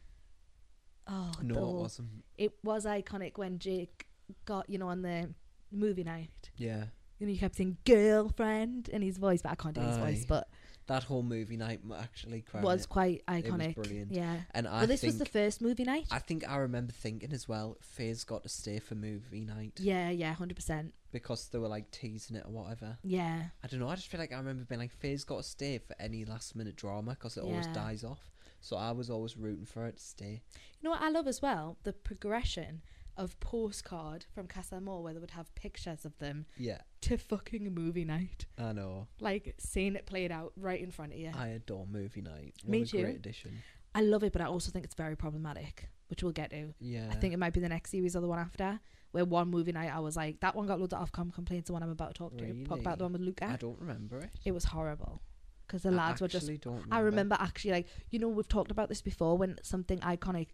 Oh, No, the- it wasn't. It was iconic when Jake got, you know, on the movie night. Yeah, And he kept saying girlfriend in his voice, but I can't do his Aye. voice, but that whole movie night m- actually crowned was it. quite was iconic. brilliant. Yeah. and I well, this think was the first movie night. I think I remember thinking as well. Faye's got to stay for movie night yeah, yeah, hundred percent. because they were like teasing it or whatever. Yeah, I don't know. I just feel like I remember being like, Faye's got to stay for any last minute drama because it always Yeah. dies off. So I was always rooting for her to stay. you know what I love as well the progression of postcard from Casa Amor where they would have pictures of them Yeah, to fucking movie night, I know. like seeing it played out right in front of you. I, I adore movie night. What Me a too. Great addition. love it, but I also think it's very problematic, which we'll get to. Yeah. I think it might be the next series or the one after. Where one movie night, I was like, that one got loads of Ofcom complaints. The one I'm about to talk to, talk about Really? the one with Luca. I don't remember it. It was horrible because the I lads were just. actually Don't remember. I remember actually, like you know, we've talked about this before when something iconic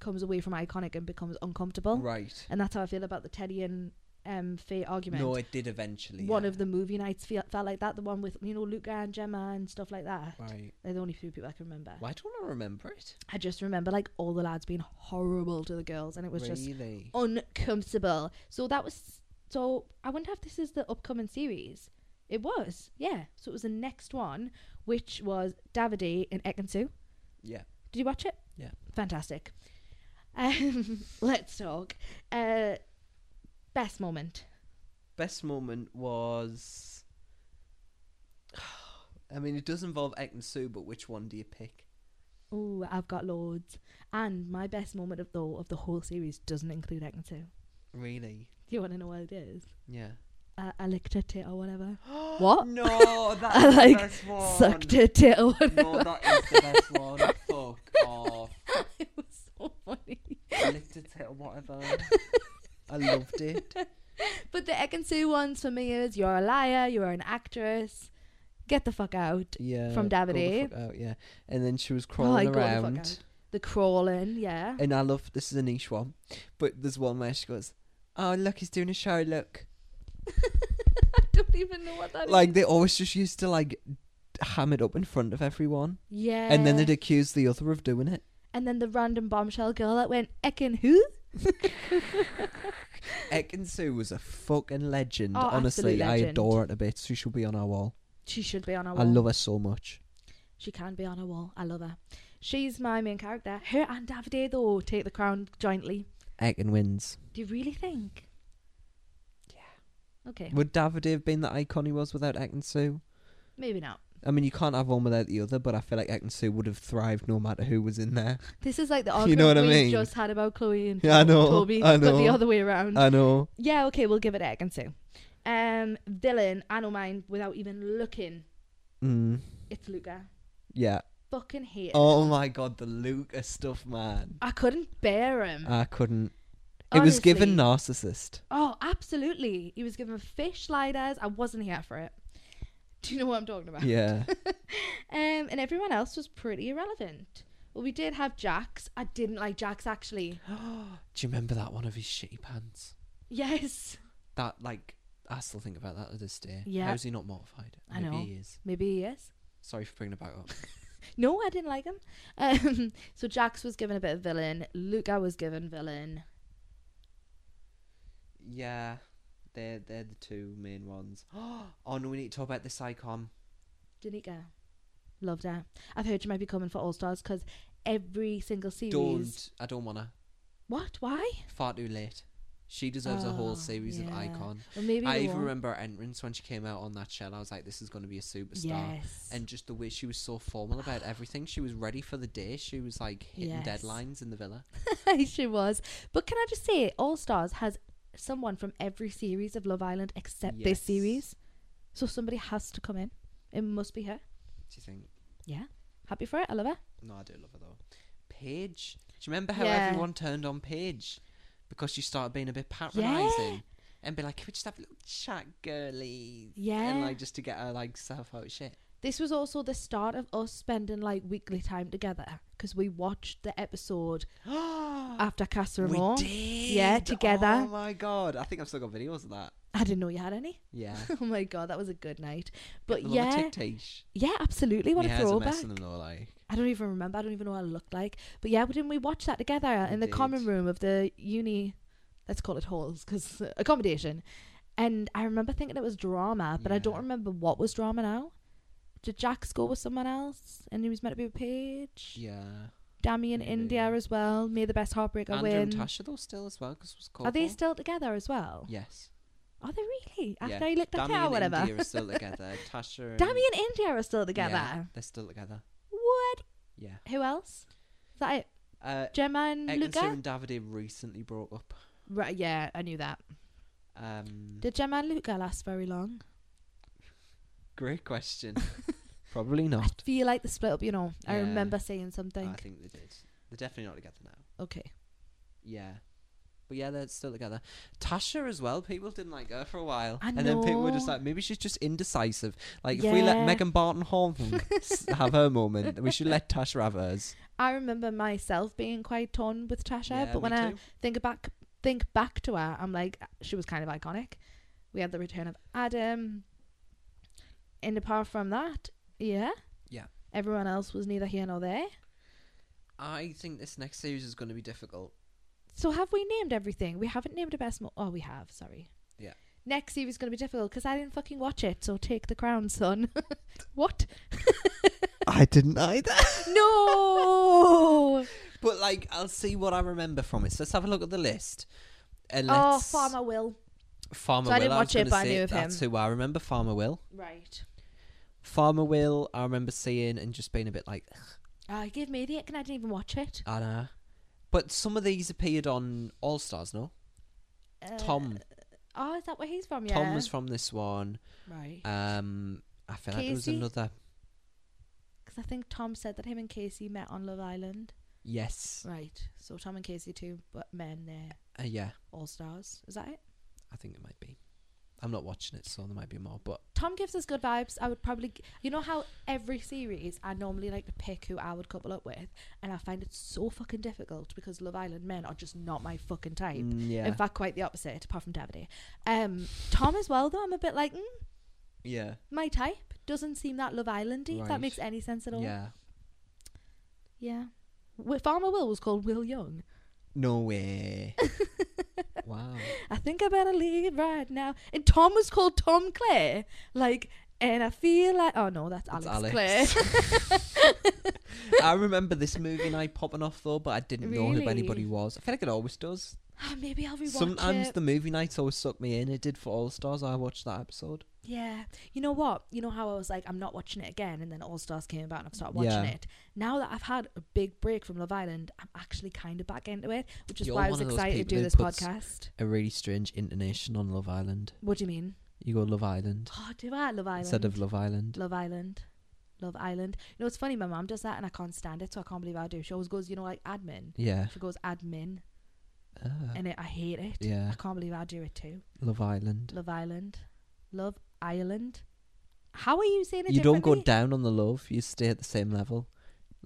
comes away from iconic and becomes uncomfortable, Right. and that's how I feel about the Teddy and um, Faye argument. No, it did eventually. one yeah. of the movie nights feel, felt like that. The one with you know Luca and Gemma and stuff like that. Right. They're the only few people I can remember. Why don't I remember it? I just remember like all the lads being horrible to the girls, and it was just Oh. really. uncomfortable. So that was so. I wonder if this is the upcoming series. It was, yeah. So it was the next one, which was Davide and Ekansu. Yeah. Did you watch it? Yeah. Fantastic. Um, let's talk. Uh, best moment. Best moment was. I mean, it does involve Ek and Sue, but which one do you pick? Oh, I've got loads. And my best moment of though of the whole series doesn't include Ekansu. Do Really? you want to know what it is? Yeah. Uh, I licked her tit or whatever. What? No, that's I, like, the best one. Sucked her tit or whatever. No, that is the best one. Fuck off. it was so funny. I licked it or whatever. I loved it. But the Ekansu ones for me is you're a liar, you're an actress, get the fuck out. Yeah. From go the Davide. fuck out, yeah. And then she was crawling go the fuck around. out. The crawling, yeah. And I love this is a niche one, but there's one where she goes, "Oh look, he's doing a show. Look, I don't even know what that is. Eh. like they always just used to like ham it up in front of everyone, yeah. and then they'd accuse the other of doing it. and then the random bombshell girl that went Ekin who? Ek and Sue was a fucking legend. Oh, Honestly, absolute I legend. adore it a bit. She should be on our wall. She should be on our I wall. love her so much. She can be on our wall. I love her. She's my main character. Her and Davide though take the crown jointly. Ek and wins. Do you really think? Yeah. Okay. Would Davide have been the icon he was without Ek and Sue? Maybe not. I mean, you can't have one without the other, but I feel like Ek and Sue would have thrived no matter who was in there. This is like the You argument know what I we mean? just had about Chloe and Yeah, I know, Toby, I but the know. Uh, other way around. I know. Yeah, okay, we'll give it Egg and Sue. Um, villain, I don't mind without even looking. Mm, It's Luca. yeah. Fucking hate. him. Oh my god, the Lucas stuff, man. I couldn't bear him. I couldn't. It Uh, was given Honestly. narcissist. Oh, absolutely. He was given fish sliders. I wasn't here for it. Do you know what I'm talking about? Yeah. Um, and everyone else was pretty irrelevant. Well, we did have Jax. I didn't like Jax actually. Do you remember that one of his shitty pants? Yes. That like I still think about that to this day. Yeah. How is he not mortified? I Maybe know. he is. Maybe he is. Sorry for bringing it back up. No, I didn't like him. Um, so Jax was given a bit of villain. Luca was given villain. yeah. They're they're the two main ones. oh no, we need to talk about this icon. Danica. Loved her. I've heard she might be coming for All Stars because every single series. Don't I don't wanna. What? Why? Far too late. She deserves a Oh, whole series of yeah. icon. Well, maybe I they even won't. remember her entrance when she came out on that shell. I was like, this is going to be a superstar. Yes. And just the way she was so formal about everything. She was ready for the day. She was like hitting Yes. deadlines in the villa. she was. But can I just say, All Stars has someone from every series of Love Island except this Yes. series. So somebody has to come in. It must be her. Do you think? Yeah. Happy for it. I love her. No, I do love her though. Paige. Do you remember how Yeah. everyone turned on Paige? Because she started being a bit patronising. And be like, can we just have a little chat, girly? Yeah. And like, just to get her like self out of shit. This was also the start of us spending like weekly time together because we watched the episode after Casa we Amor. did. Yeah, Oh together. my god. I think I've still got videos of that. I didn't know you had any. Yeah. oh my god, that was a good night. But The little yeah, tic-tac. yeah, absolutely. What My a hair's throwback. mess in them all, like. I don't even remember. I don't even know what I looked like. But yeah, didn't we watch that together in the did. common room of the uni? Let's call it halls because accommodation. And I remember thinking it was drama, but I don't Yeah. remember what was drama now. Did Jack score with someone else? And he was meant to be with Paige. Yeah. Dammy in Yeah. India as well. May the best heartbreaker Andrew win. and Tasha though still as well because was Are they Coco. still Oh, together as well? Yes. Are they really? After yeah. I looked at Dami her or and whatever. India are still together. Tasha. And... Dammy and India are still together. Yeah, they're still together. What? Yeah. Who else? Is that it? Uh, Gemma and Ekman Luca? Sue and Davide recently broke up. Right, yeah, I knew that. Mm. Um, Did Gemma and Luca last very long? great question. Probably not. I feel like the split up, you know. I Yeah. remember saying something. I think they did. They're definitely not together now. okay. Yeah. But yeah, they're still together. Tasha as well. People didn't like her for a while, I and then people were just know. like, maybe she's just indecisive. Like if we let Yeah. Megan Barton Horn have her moment, we should let Tasha have hers. I remember myself being quite torn with Tasha, Yeah, but when me I too. think back think back to her, I'm like she was kind of iconic. We had the return of Adam. And apart from that, yeah. Yeah. Everyone else was neither here nor there. I think this next series is going to be difficult. So have we named everything? We haven't named a best. Mo- oh, we have. Sorry. Yeah. Next series is going to be difficult because I didn't fucking watch it. So take the crown, son. what? I didn't either. No. But like, I'll see what I remember from it. So let's have a look at the list. And oh, let's- Farmer Will. Farmer So I Will. didn't was watch it, gonna but I say knew of that's him. who I remember. Farmer Will. Right. Farmer Will. I remember seeing and just being a bit like, "Ugh, Uh, give me the ick and I didn't even watch it. I know. But some of these appeared on All Stars. No, Uh, Tom. Oh, is that where he's from? Yeah. Tom was from this one. Right. Um, I feel like there was Casey? another. Because I think Tom said that him and Casey met on Love Island. Yes. Right. So Tom and Casey, two but men, they're Uh, yeah, all stars. Is that it? I think it might be. I'm not watching it, so there might be more. But Tom gives us good vibes. I would probably, g- you know, how every series I normally like to pick who I would couple up with, and I find it so fucking difficult because Love Island men are just not my fucking type. mm, yeah, In fact, quite the opposite, apart from Davide. Um, Tom as well, though, I'm a bit like, mm, yeah, my type doesn't seem that Love Islandy. If Right. that makes any sense at all. yeah. Yeah. Wi- Farmer Will was called Will Young. No way. wow. I think I better leave right now. And Tom was called Tom Clay. Like, and I feel like, oh no, that's That's Alex, Alex. Clay. I remember this movie night popping off though, but I didn't know who Really? anybody was. I feel like it always does. Ah, maybe I'll rewatch Sometimes it. the movie nights always suck me in. It did for All Stars. I watched that episode. Yeah. You know what? You know how I was like, I'm not watching it again, and then All Stars came about and I've started watching Yeah. it. Now that I've had a big break from Love Island, I'm actually kind of back into it, which is You're why one I was of those excited to people do who this puts- podcast. A really strange intonation on Love Island. What do you mean? You go Love Island Oh, do I Love Island? instead of Love Island. Love Island. Love Island. You know, it's funny, my mom does that and I can't stand it, so I can't believe I do. She always goes, you know, like admin. Yeah. She goes admin, Ah. and it, I hate it. yeah. I can't believe I do it too. Love Island. Love Island. Love Ireland. How are you saying it You don't go differently? down on the love. You stay at the same level.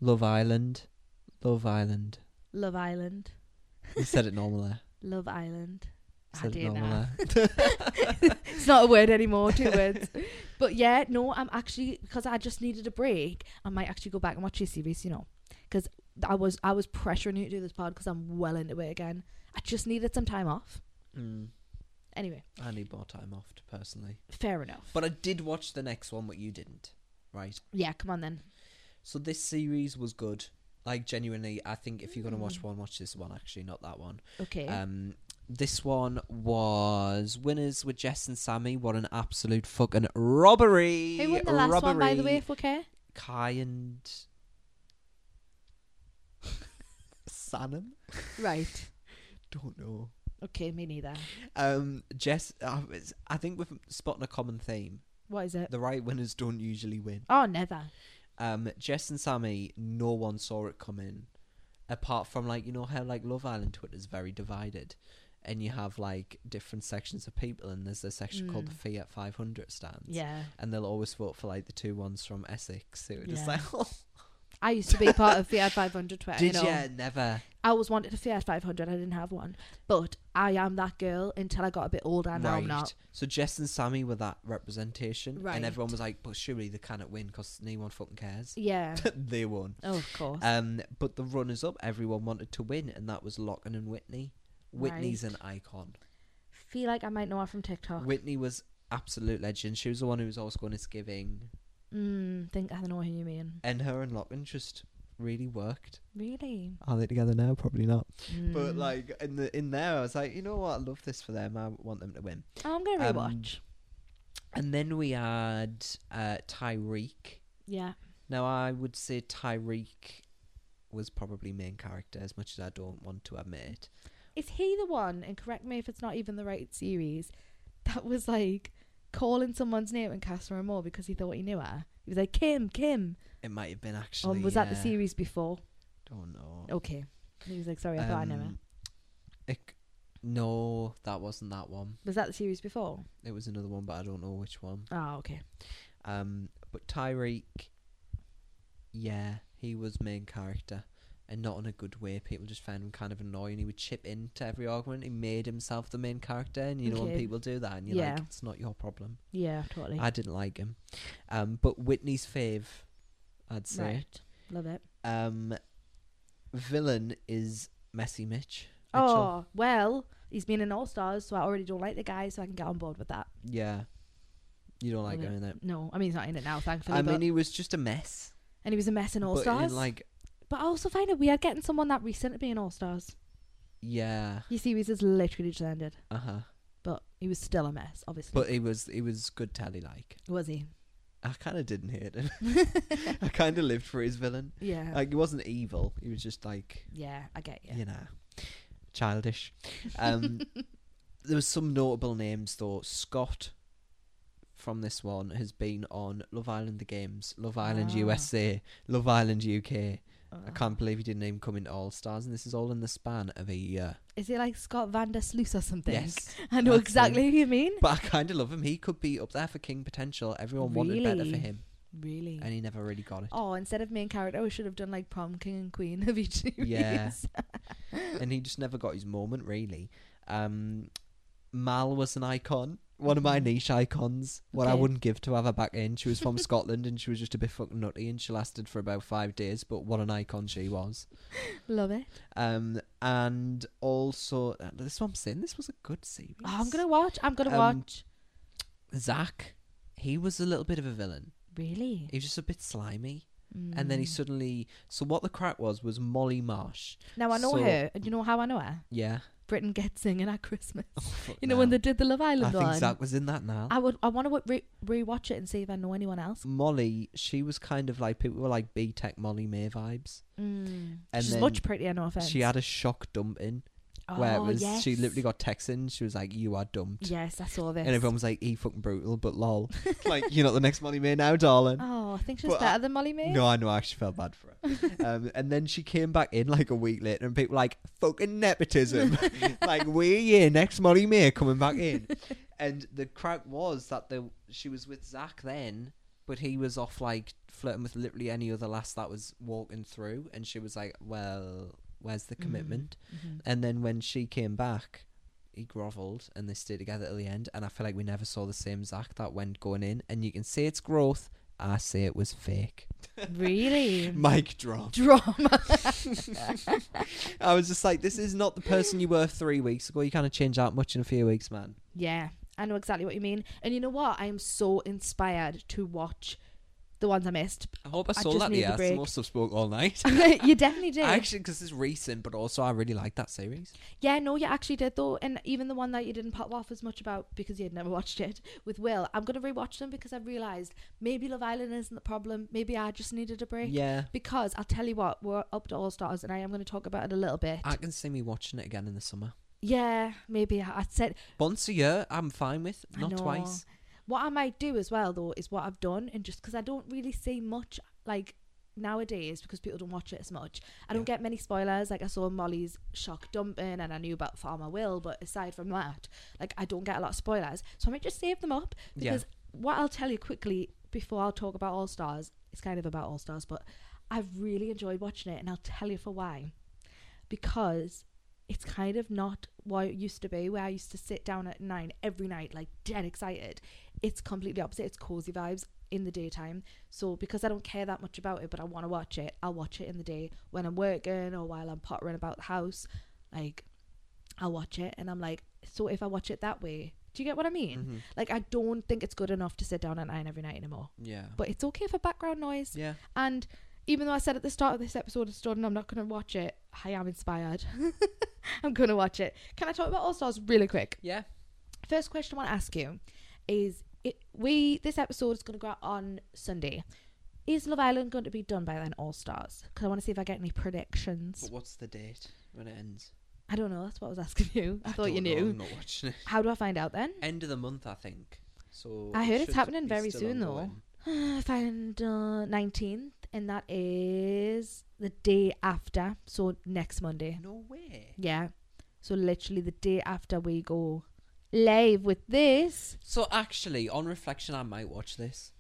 Love Island. Love Island. Love Island. You said it normal there. Love Island. I Said it do normal uh. now. there. it's not a word anymore, two words. But yeah, no, I'm actually because I just needed a break. I might actually go back and watch your series, you know, because I was I was pressuring you to do this pod because I'm well into it again. I just needed some time off, Mm. Anyway, I need more time off, to personally. fair enough. But I did watch the next one, but you didn't, right? Yeah, come on then. So this series was good. Like genuinely, I think if you're gonna watch Mm. one, watch this one. Actually, not that one. Okay. Um, this one was winners with Jess and Sammy. What an absolute fucking robbery! Who won the last robbery. one, by the way, if we care? Kai and Sanum? Right. don't know. Okay, me neither. Um, Jess, uh, it's- I think we're spotting a common theme. What is it? The right winners don't usually win. Oh, neither. Um, Jess and Sammy, no one saw it coming, apart from like you know how like Love Island Twitter is very divided, and you have like different sections of people, and there's a section called the Fiat 500 stands. Mm. Yeah. and they'll always vote for like the two ones from Essex. So it's Yeah. like, oh, I used to be part of Fiat 500 Twitter. did you? know. ya? Never. I always wanted a Fiat 500. I didn't have one. But I am that girl until I got a bit older. and Now I'm not. So Jess and Sammy were that representation, Right. and everyone was like, "But surely they cannot win because no one fucking cares." Yeah. they won. oh, of course. Um, but the runners-up, everyone wanted to win, and that was Locken and Whitney. Whitney's an icon. Feel like I might know her from TikTok. Whitney was absolute legend. She was the one who was always going to giving, Mm, think I know who you mean. and her and Locken just really worked. Really? Are they together now? Probably not. But Mm. like in the in there, I was like, you know what? I love this for them. I want them to win. oh, I'm gonna um, rewatch. And then we had uh, Tyreek. yeah. Now, I would say Tyreek was probably main character, as much as I don't want to admit. Is he the one? And correct me if it's not even the right series. That was like calling someone's name and casting her more because he thought he knew her. He was like Kim, Kim. It might have been Or actually. Oh, was that the yeah, series Oh, before? Don't know. Okay. He was like, sorry, I thought I knew her. Um, it- no, that wasn't that one. Was that the series before? It was another one, but I don't know which one. Oh, okay. Um, but Tyreek, yeah, he was main character, and not in a good way. People just found him kind of annoying. He would chip into every argument. He made himself the main character, and you know when Okay. people do that, and you're like, Yeah. it's not your problem. Yeah, totally. I didn't like him. Um, but Whitney's fave, I'd say. Right. Love it. Um, villain is Messy Mitch. Mitchell. Oh, well, he's been in All Stars, so I already don't like the guy, so I can get on board with that. yeah, you don't like Love him in it. No, I mean, he's not in it now, thankfully. I but, mean, he was just a mess. and he was a mess in All but in, Stars. like, But I also find it weird getting someone that recent to be in All Stars. yeah, His series has literally just ended, uh huh. but he was still a mess, obviously. But he was he was good tally like. was he? I kind of didn't hate him. I kind of lived for his villain. Yeah. Like he wasn't evil. He was just like yeah, I get you. you know, childish. Um, there was some notable names though. Scott from this one has been on Love Island the games, Love Island Ah. USA, Love Island UK. I Uh, can't believe he didn't even come into All Stars, and this is all in the span of a year. Is it like Scott Van der Sluice or something? Yes, I know that's him. exactly who you mean. but I kind of love him. He could be up there for King potential. Everyone wanted better for Really? him, Really? and he never really got it. Oh, instead of main character, we should have done like prom king and queen of each series. Yeah. and he just never got his moment really. Um, Mal was an icon, one of my Mhm. niche icons. What I Okay. wouldn't give to have her back in. She was from Scotland and she was just a bit fucking nutty, and she lasted for about five days. But what an icon she was. Love it. Um, and also uh, this is what I'm saying. This was a good series. Oh, I'm gonna watch. I'm gonna Um, watch. Zach. He was a little bit of a villain. Really? He was just a bit slimy. And Mm. then he suddenly. So, what the crack was, was Molly Marsh. Mm. Now I know so- her. Do you know how I know her? Yeah. Britain gets singing at Christmas. Fuck You know when now. they did the Love Island I think one. Zach was in that now. I would. I want to re- rewatch it and see if I know anyone else. Molly, she was kind of like people were like B Tech Molly May vibes, Mm. And She's then much prettier, no offense. she had a shock dumping oh, where it was yes. she literally got texting. She was like, "You are dumped," Yes, I saw this. and everyone was like, "E fucking brutal," but lol, like you're not the next Molly May now, darling. Oh, I think she was But I- better than Molly Mae. No, I know. I actually felt bad for her. um, and then she came back in like a week later, and people were like fucking nepotism. like we're here next Molly May coming back in. and the crack was that the she was with Zach then, but he was off like flirting with literally any other lass that was walking through, and she was like, "Well, where's the Mm. commitment?" Mhm. And then when she came back. He grovelled and they stayed together till the end. And I feel like we never saw the same Zach that went going in. And you can say it's growth I say it was fake. really? Mic drop. Drama. I was just like, this is not the person you were three weeks ago. You kind of change that much in a few weeks, man. Yeah, I know exactly what you mean. And you know what? I am so inspired to watch the ones I missed. I hope I I sold just that need the a ass. I break. must have spoke all night. you definitely did. Actually, because it's recent, but also I really like that series. yeah, no, you actually did though. And even the one that you didn't pop off as much about because you had never watched it with Will, I'm gonna rewatch them because I've realised maybe Love Island isn't the problem. Maybe I just needed a break. Yeah. Because I'll tell you what, we're up to All Stars, and I am going to talk about it a little bit. I can see me watching it again in the summer. yeah, maybe I, I said Once a year, I'm fine with. I Not know. twice. What I might do as well though is what I've done, and just because I don't really see much like nowadays because people don't watch it as much, I don't get many spoilers. Like I saw Molly's shock dumping, and I knew about Farmer Will, but aside from that, like I don't get a lot of spoilers, so I might just save them up Yeah. because what I'll tell you quickly before I'll talk about All Stars, it's kind of about All Stars, but I've really enjoyed watching it, and I'll tell you for why. Because it's kind of not what it used to be, where I used to sit down at nine every night, like dead excited. It's completely opposite. It's cozy vibes in the daytime. So because I don't care that much about it, but I want to watch it, I'll watch it in the day when I'm working or while I'm pottering about the house. Like, I'll watch it, and I'm like, so if I watch it that way, do you get what I mean? Mhm. Like, I don't think it's good enough to sit down at nine every night anymore. Yeah. But it's okay for background noise. Yeah. And even though I said at the start of this episode, Jordan, I'm not going to watch it, I am inspired. I'm going to watch it. Can I talk about All Stars really quick? Yeah. First question I want to ask you is it, we this episode is going to go out on Sunday. Is Love Island going to be done by then, All Stars? Because I want to see if I get any predictions. But what's the date when it ends? I don't know. That's what I was asking you. I, thought you don't know, knew. I'm not watching it. How do I find out then? End of the month, I think. So I it heard it's should happening be very still soon, though. ongoing. find uh, 19th, and that is the day after. So next Monday. No way. Yeah. So literally the day after we go live with this, So actually, on reflection, I might watch this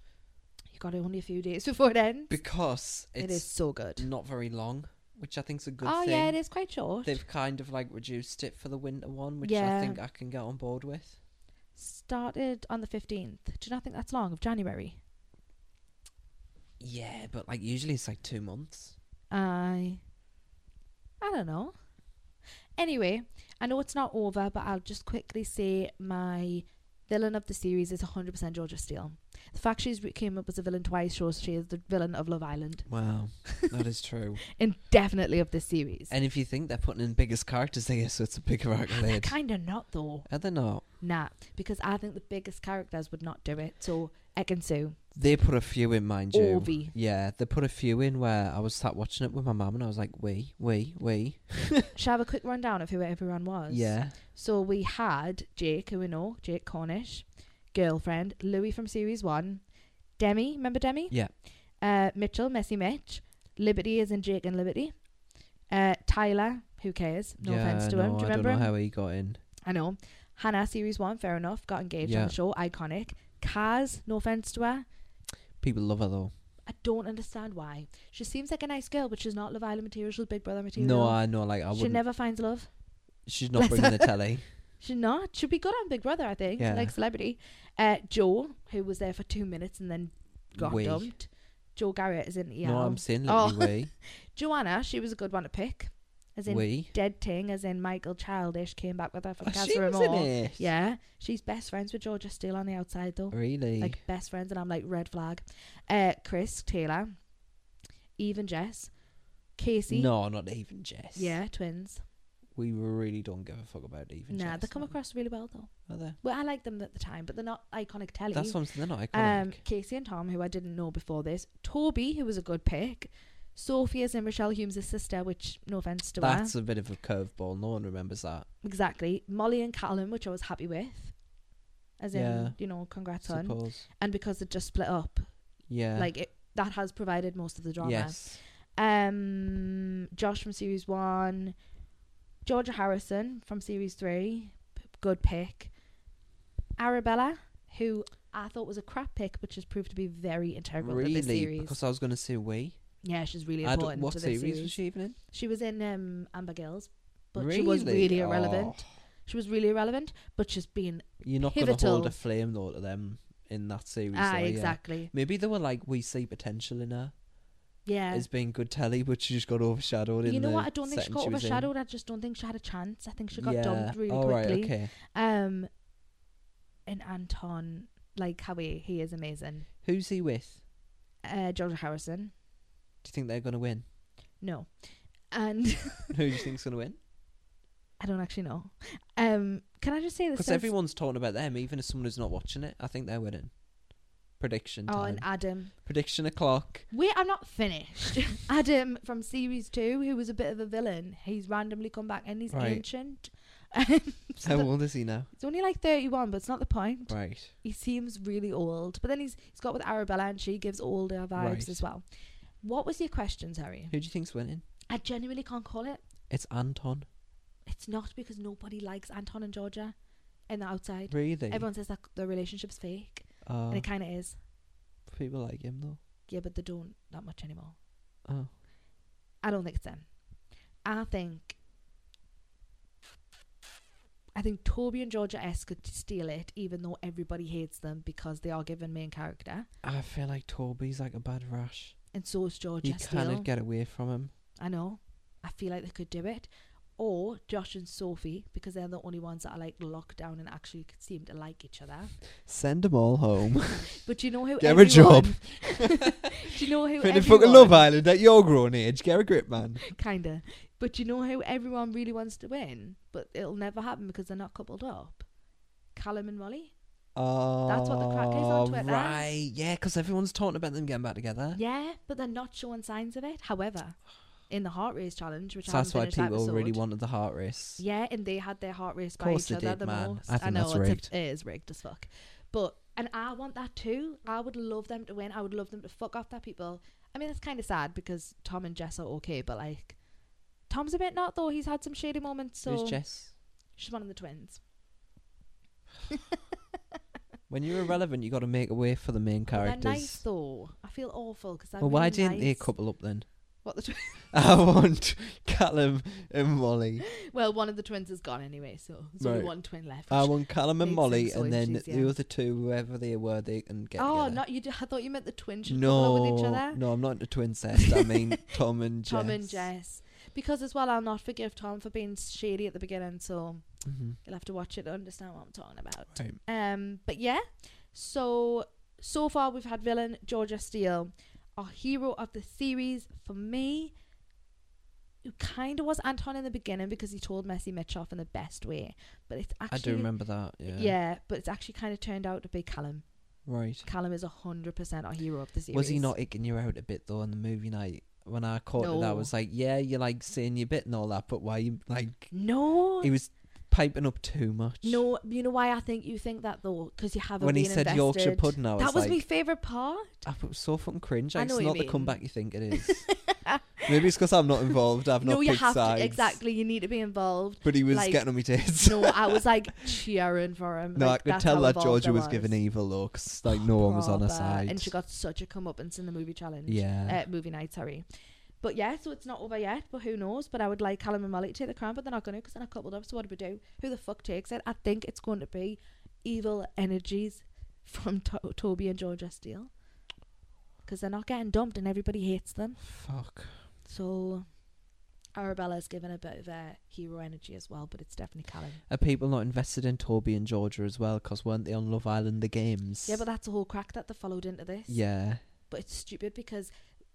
you got it only a few days before then. because it's It is so good. not very long, which I think's a good oh thing. yeah, it is quite short. They've kind of like reduced it for the winter one, which I Yeah. think I can get on board with. Started on the fifteenth. Do you not think that's long of January? Yeah, but like usually it's like two months. I I don't know. Anyway, I know it's not over, but I'll just quickly say my villain of the series is 100% Georgia Steele. The fact she's re- came up as a villain twice shows she is the villain of Love Island Wow, that is true. and definitely of this series. And if you think they're putting in biggest characters there, so it's a bigger accolade. Kind of not though. Are they not? Nah, because I think the biggest characters would not do it. So Ekansu, They put a few in, mind you. Orby, Yeah, they put a few in where I was sat watching it with my mum and I was like, we, we, we. shall I have a quick rundown of who everyone was? Yeah. So we had Jake, who we know, Jake Cornish, girlfriend, Louis from series one, Demi, remember Demi? Yeah. Uh, Mitchell, Messy Mitch, Liberty is in Jake and Liberty, uh, Tyler, who cares? No yeah, offense to no, him. Do I you don't remember know him? how he got in. I know. Hannah, series one, fair enough, got engaged Yeah. on the show, iconic. Kaz, no offense to her. People love her though. I don't understand why. She seems like a nice girl, but she's not Love Island material. She's Big Brother material. No, I know, like, I she wouldn't. never finds love. She's not bringing the telly. She's not. She'd be good on Big Brother, I think. Yeah. Like celebrity. Uh, Joe, who was there for two minutes and then got We. dumped. Joe Garrett is in EL. No, I'm saying Oh. literally we. Joanna, she was a good one to pick. As in we. Dead Ting, as in Michael Childish came back with her from Oh, Casa she was in Amor. it. Yeah. She's best friends with Georgia still on the outside though. Really? like best friends and I'm like red flag. Uh Chris, Taylor, Eve and Jess, Casey. no, not even Jess. Yeah, twins. We really don't give a fuck about even nah, Jess. they come man. across really well though. Are they? Well, I like them at the time, but they're not iconic telly. That's what I'm saying. They're not iconic. um, Casey and Tom, who I didn't know before this, Toby, who was a good pick, Sophie is in Michelle Humes' sister, which no offense to That's her, a bit of a curveball. No one remembers that. exactly. Molly and Callum, which I was happy with, as in Yeah. you know, congrats on, Suppose. and because they just split up, Yeah. like it, that has provided most of the drama. Yes. Um, Josh from series one, Georgia Harrison from series three, p- good pick. Arabella, who I thought was a crap pick, but has proved to be very integral to this Really? series. Because I was going to say we. yeah, she's really I don't, important what to series, this series. was She? she even in? was in um, Amber Girls, but she was really irrelevant. Oh, She was really irrelevant, but she's been you're not going to Pivotal. hold a flame though to them in that series. Ah, though, yeah. exactly. Maybe they were like, we see potential in her Yeah. as being good telly, but she just got overshadowed in you know the what? I don't think she setting got was in. overshadowed. I just don't think she had a chance. I think she got yeah. dumped really All right, quickly. okay. Um, and Anton, like how he he is amazing. Who's he with? Uh, Georgia Harrison, Do you think they're going to win? no, and Who do you think's going to win? I don't actually know. Um, can I just say this? Because everyone's talking about them, even if someone who's not watching it. I think they're winning. Prediction Oh, time. and Adam. Prediction o'clock. Wait, I'm not finished. Adam from series two, who was a bit of a villain, he's randomly come back and he's Right. ancient. Um, so How the- old is he now? He's only like 31, but it's not the point. Right. he seems really old. But then he's he's got with Arabella and she gives older vibes Right. as well. What was your question, Harry? Who do you think's winning? I genuinely can't call it. It's Anton. It's not because nobody likes Anton and Georgia in the outside. Really? Everyone says that their relationship's fake, Oh, and it kind of is. people like him though. Yeah, but they don't that much anymore. Oh. I don't think it's them. I think. I think Toby and Georgia S could steal it, even though everybody hates them because they are given main character, I feel like Toby's like a bad rash. and so is Georgia. you still. cannot get away from him. I know. I feel like they could do it. Or Josh and Sophie, because they're the only ones that are like locked down and actually could seem to like each other. Send them all home. But you know who? Get 'em a job. everyone- do you know who? Finna fucking everyone- Love Island at your grown age. Get a grip, man. Kinda. But you know who everyone really wants to win, but it'll never happen because they're not coupled up. Callum and Molly. Oh, what the crack is on Twitter. Right, yeah, because everyone's talking about them getting back together. Yeah, but they're not showing signs of it. However, in the heart race challenge, which So I haven't that's why finished people episode, really wanted the heart race. Yeah, and they had their heart raced by Course each they other did, the man. most. I think know that's it's a- rigged. it is rigged as fuck. But and I want that too. I would love them to win. I would love them to fuck off their people. I mean, it's kind of sad because Tom and Jess are okay, but like, Tom's a bit not though. He's had some shady moments. So Who's Jess? she's one of the twins. When you're irrelevant, you got to make a way for the main But characters. They're nice though. I feel awful because well, why didn't they couple up then? What the twi- I want Callum and Molly. well, one of the twins is gone anyway, so there's only Right. Oh, one twin left. I want Callum and Makes Molly, sense, so and then it's the easier. other two, whoever they were, they can get oh, together. not you! d- I thought you meant the twins should no, couple up with each other. no, I'm not into twincest. I mean Tom and Jess. Tom and Jess. Because as well, I'll not forgive Tom for being shady at the beginning, so hmm you'll have to watch it to understand what I'm talking about. Right. Um, but yeah, so so far we've had villain Georgia Steele, our hero of the series for me. Who kind of was Anton in the beginning because he told Messi Mitchoff in the best way, but it's I do actually remember that. Yeah. yeah, but it's actually kind of turned out to be Callum. Right. Callum is hundred percent our hero of the series. Was he not icking you out a bit though on the movie night? When I caught it, I No. was like, "Yeah, you're like saying your bit and all that, but why you like?" No, He was piping up too much. No, you know why I think you think that though, because you haven't. When he been said invested. Yorkshire pudding, I was that was like, my favorite part. I was so fucking cringe. I Like, it's know what you not the mean. comeback you think it is. Maybe it's because I'm not involved. I've no, not you picked have sides. to exactly. You need to be involved. But he was like, getting on my tits. No, I was like cheering for him. No, like, I could that's tell how that involved Georgia I was giving evil looks. Like no one was on her Proper. side. and she got such a comeuppance in the movie challenge. yeah. uh, movie night, sorry. But yeah, so it's not over yet. But who knows? But I would like Callum and Molly to take the crown, but they're not going to because they're not coupled up. So what do we do? Who the fuck takes it? I think it's going to be evil energies from to- Toby and Georgia Steele because they're not getting dumped and everybody hates them. Fuck. So Arabella's given a bit of a hero energy as well, but it's definitely Callum. Are people not invested in Toby and Georgia as well? Because weren't they on Love Island the games? Yeah, but that's the whole crack that they followed into this. yeah. but it's stupid because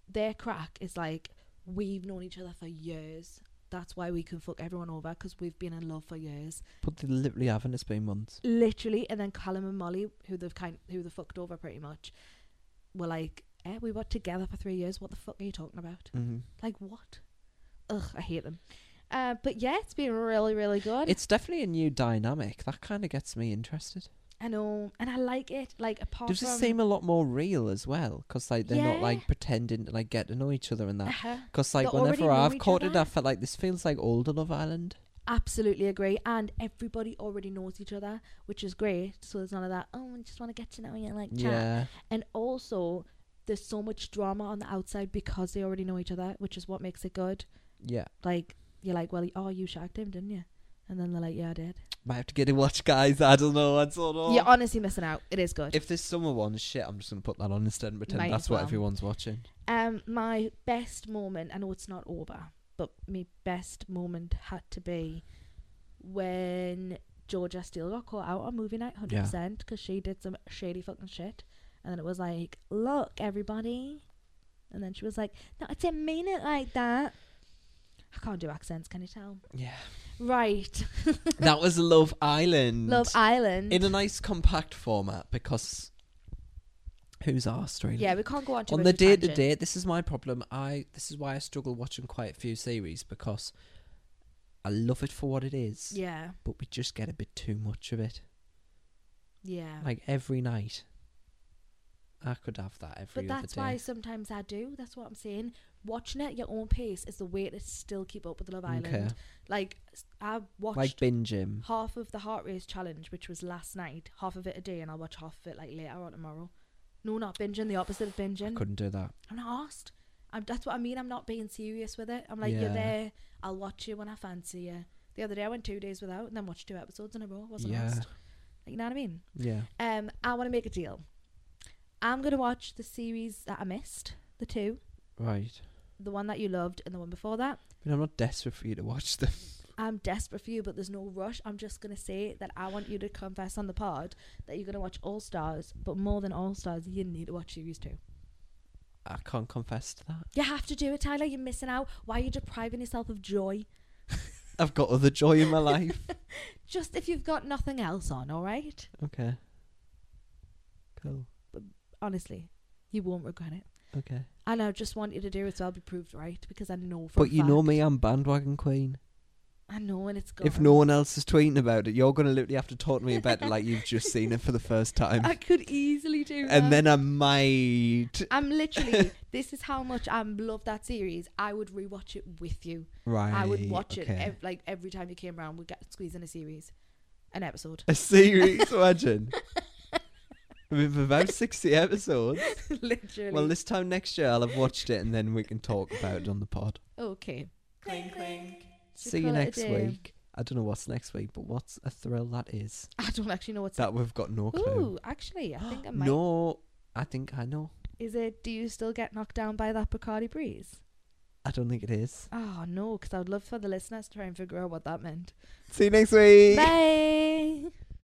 their crack is like we've known each other for years. That's why we can fuck everyone over because we've been in love for years, But they literally haven't. It's been months. literally. And then Callum and Molly, who they've kind, who they fucked over pretty much, were like, "Eh, we were together for three years. What the fuck are you talking about? hmm Like what? Ugh, I hate them." Uh, but yeah, it's been really, really good. It's definitely a new dynamic. That kind of gets me interested. I know, and I like it. Like apart They from just seem a lot more real as well. Because like they're not um, Yeah. like pretending to like get to know each other and that. Uh-huh. Because They like already whenever know I've each caught it, other. I felt like this feels like older Love Island. Absolutely agree. And everybody already knows each other, which is great. So there's none of that, oh, I just want to get to know you, like, chat. Yeah. And also, there's so much drama on the outside because they already know each other, which is what makes it good. Yeah. Like, you're like, well, oh, you shagged him, didn't you? And And then they're like, yeah, I did. Might have to get a watch, guys. I don't know. I don't know. You're honestly missing out. It is good. If this summer one's shit, I'm just gonna put that on instead and pretend Might that's as what well. everyone's watching. Um, my best moment. I know it's not over, but my best moment had to be when Georgia Steele got caught out on movie night, hundred Yeah. percent, because she did some shady fucking shit, and then it was like, look, everybody, and then she was like, no, I didn't mean it like that. I can't do accents. Can you tell? Yeah, Right, that was Love Island. Love Island. in a nice compact format because who's asked really? yeah, we can't go on too on much the of a day to tangent. day, this is my problem. I this is why I struggle watching quite a few series because I love it for what it is, Yeah, but we just get a bit too much of it. yeah. Like every night, I could have that every But other that's day. why sometimes I do. That's what I'm saying. Watching it at your own pace is the way to still keep up with Love Island. Okay. Like s- I watched Like binging. half of the Heart Race challenge, which was last night. Half of it a day, and I'll watch half of it like later or tomorrow. No, not binging. The opposite of binging. Couldn't do that. I'm not asked. I'm, that's what I mean. I'm not being serious with it. I'm like, Yeah. you're there. I'll watch you when I fancy you. The other day I went two days without, and then watched two episodes in a row. I wasn't Yeah. asked. Like, you know what I mean? Yeah. Um, I want to make a deal. I'm gonna watch the series that I missed, the two, Right. the one that you loved, and the one before that. But I'm not desperate for you to watch them. I'm desperate for you, but there's no rush. I'm just gonna say that I want you to confess on the pod that you're gonna watch All Stars, but more than All Stars, you need to watch series two. I can't confess to that. You have to do it, Tyler. You're missing out. Why are you depriving yourself of joy? I've got other joy in my life. Just if you've got nothing else on, all right? Okay. Cool. Honestly, you won't regret it. Okay. And I just want you to do it so I'll be proved right because I know. For a But you know fact- me, I'm bandwagon queen. I know, and it's good. If no one else is tweeting about it, you're going to literally have to talk to me about it like you've just seen it for the first time. I could easily do that. and then I might. I'm literally. this is how much I love that series. I would rewatch it with you. Right. I would watch it okay. ev- like every time you came around. We get squeeze in a series, an episode. A series, imagine. With about 60 episodes. literally. Well, this time next year, I'll have watched it and then we can talk about it on the pod. okay. Should See you call it a next day. week. I don't know what's next week, but what's a thrill that is. I don't actually know what's That we've got no clue. Ooh, actually, I think I might. no, I think I know. Is it? Do you still get knocked down by that Bacardi breeze? Ah, I don't think it is. Oh no, because I would love for the listeners to try and figure out what that meant. Eh. See you next week. Bye.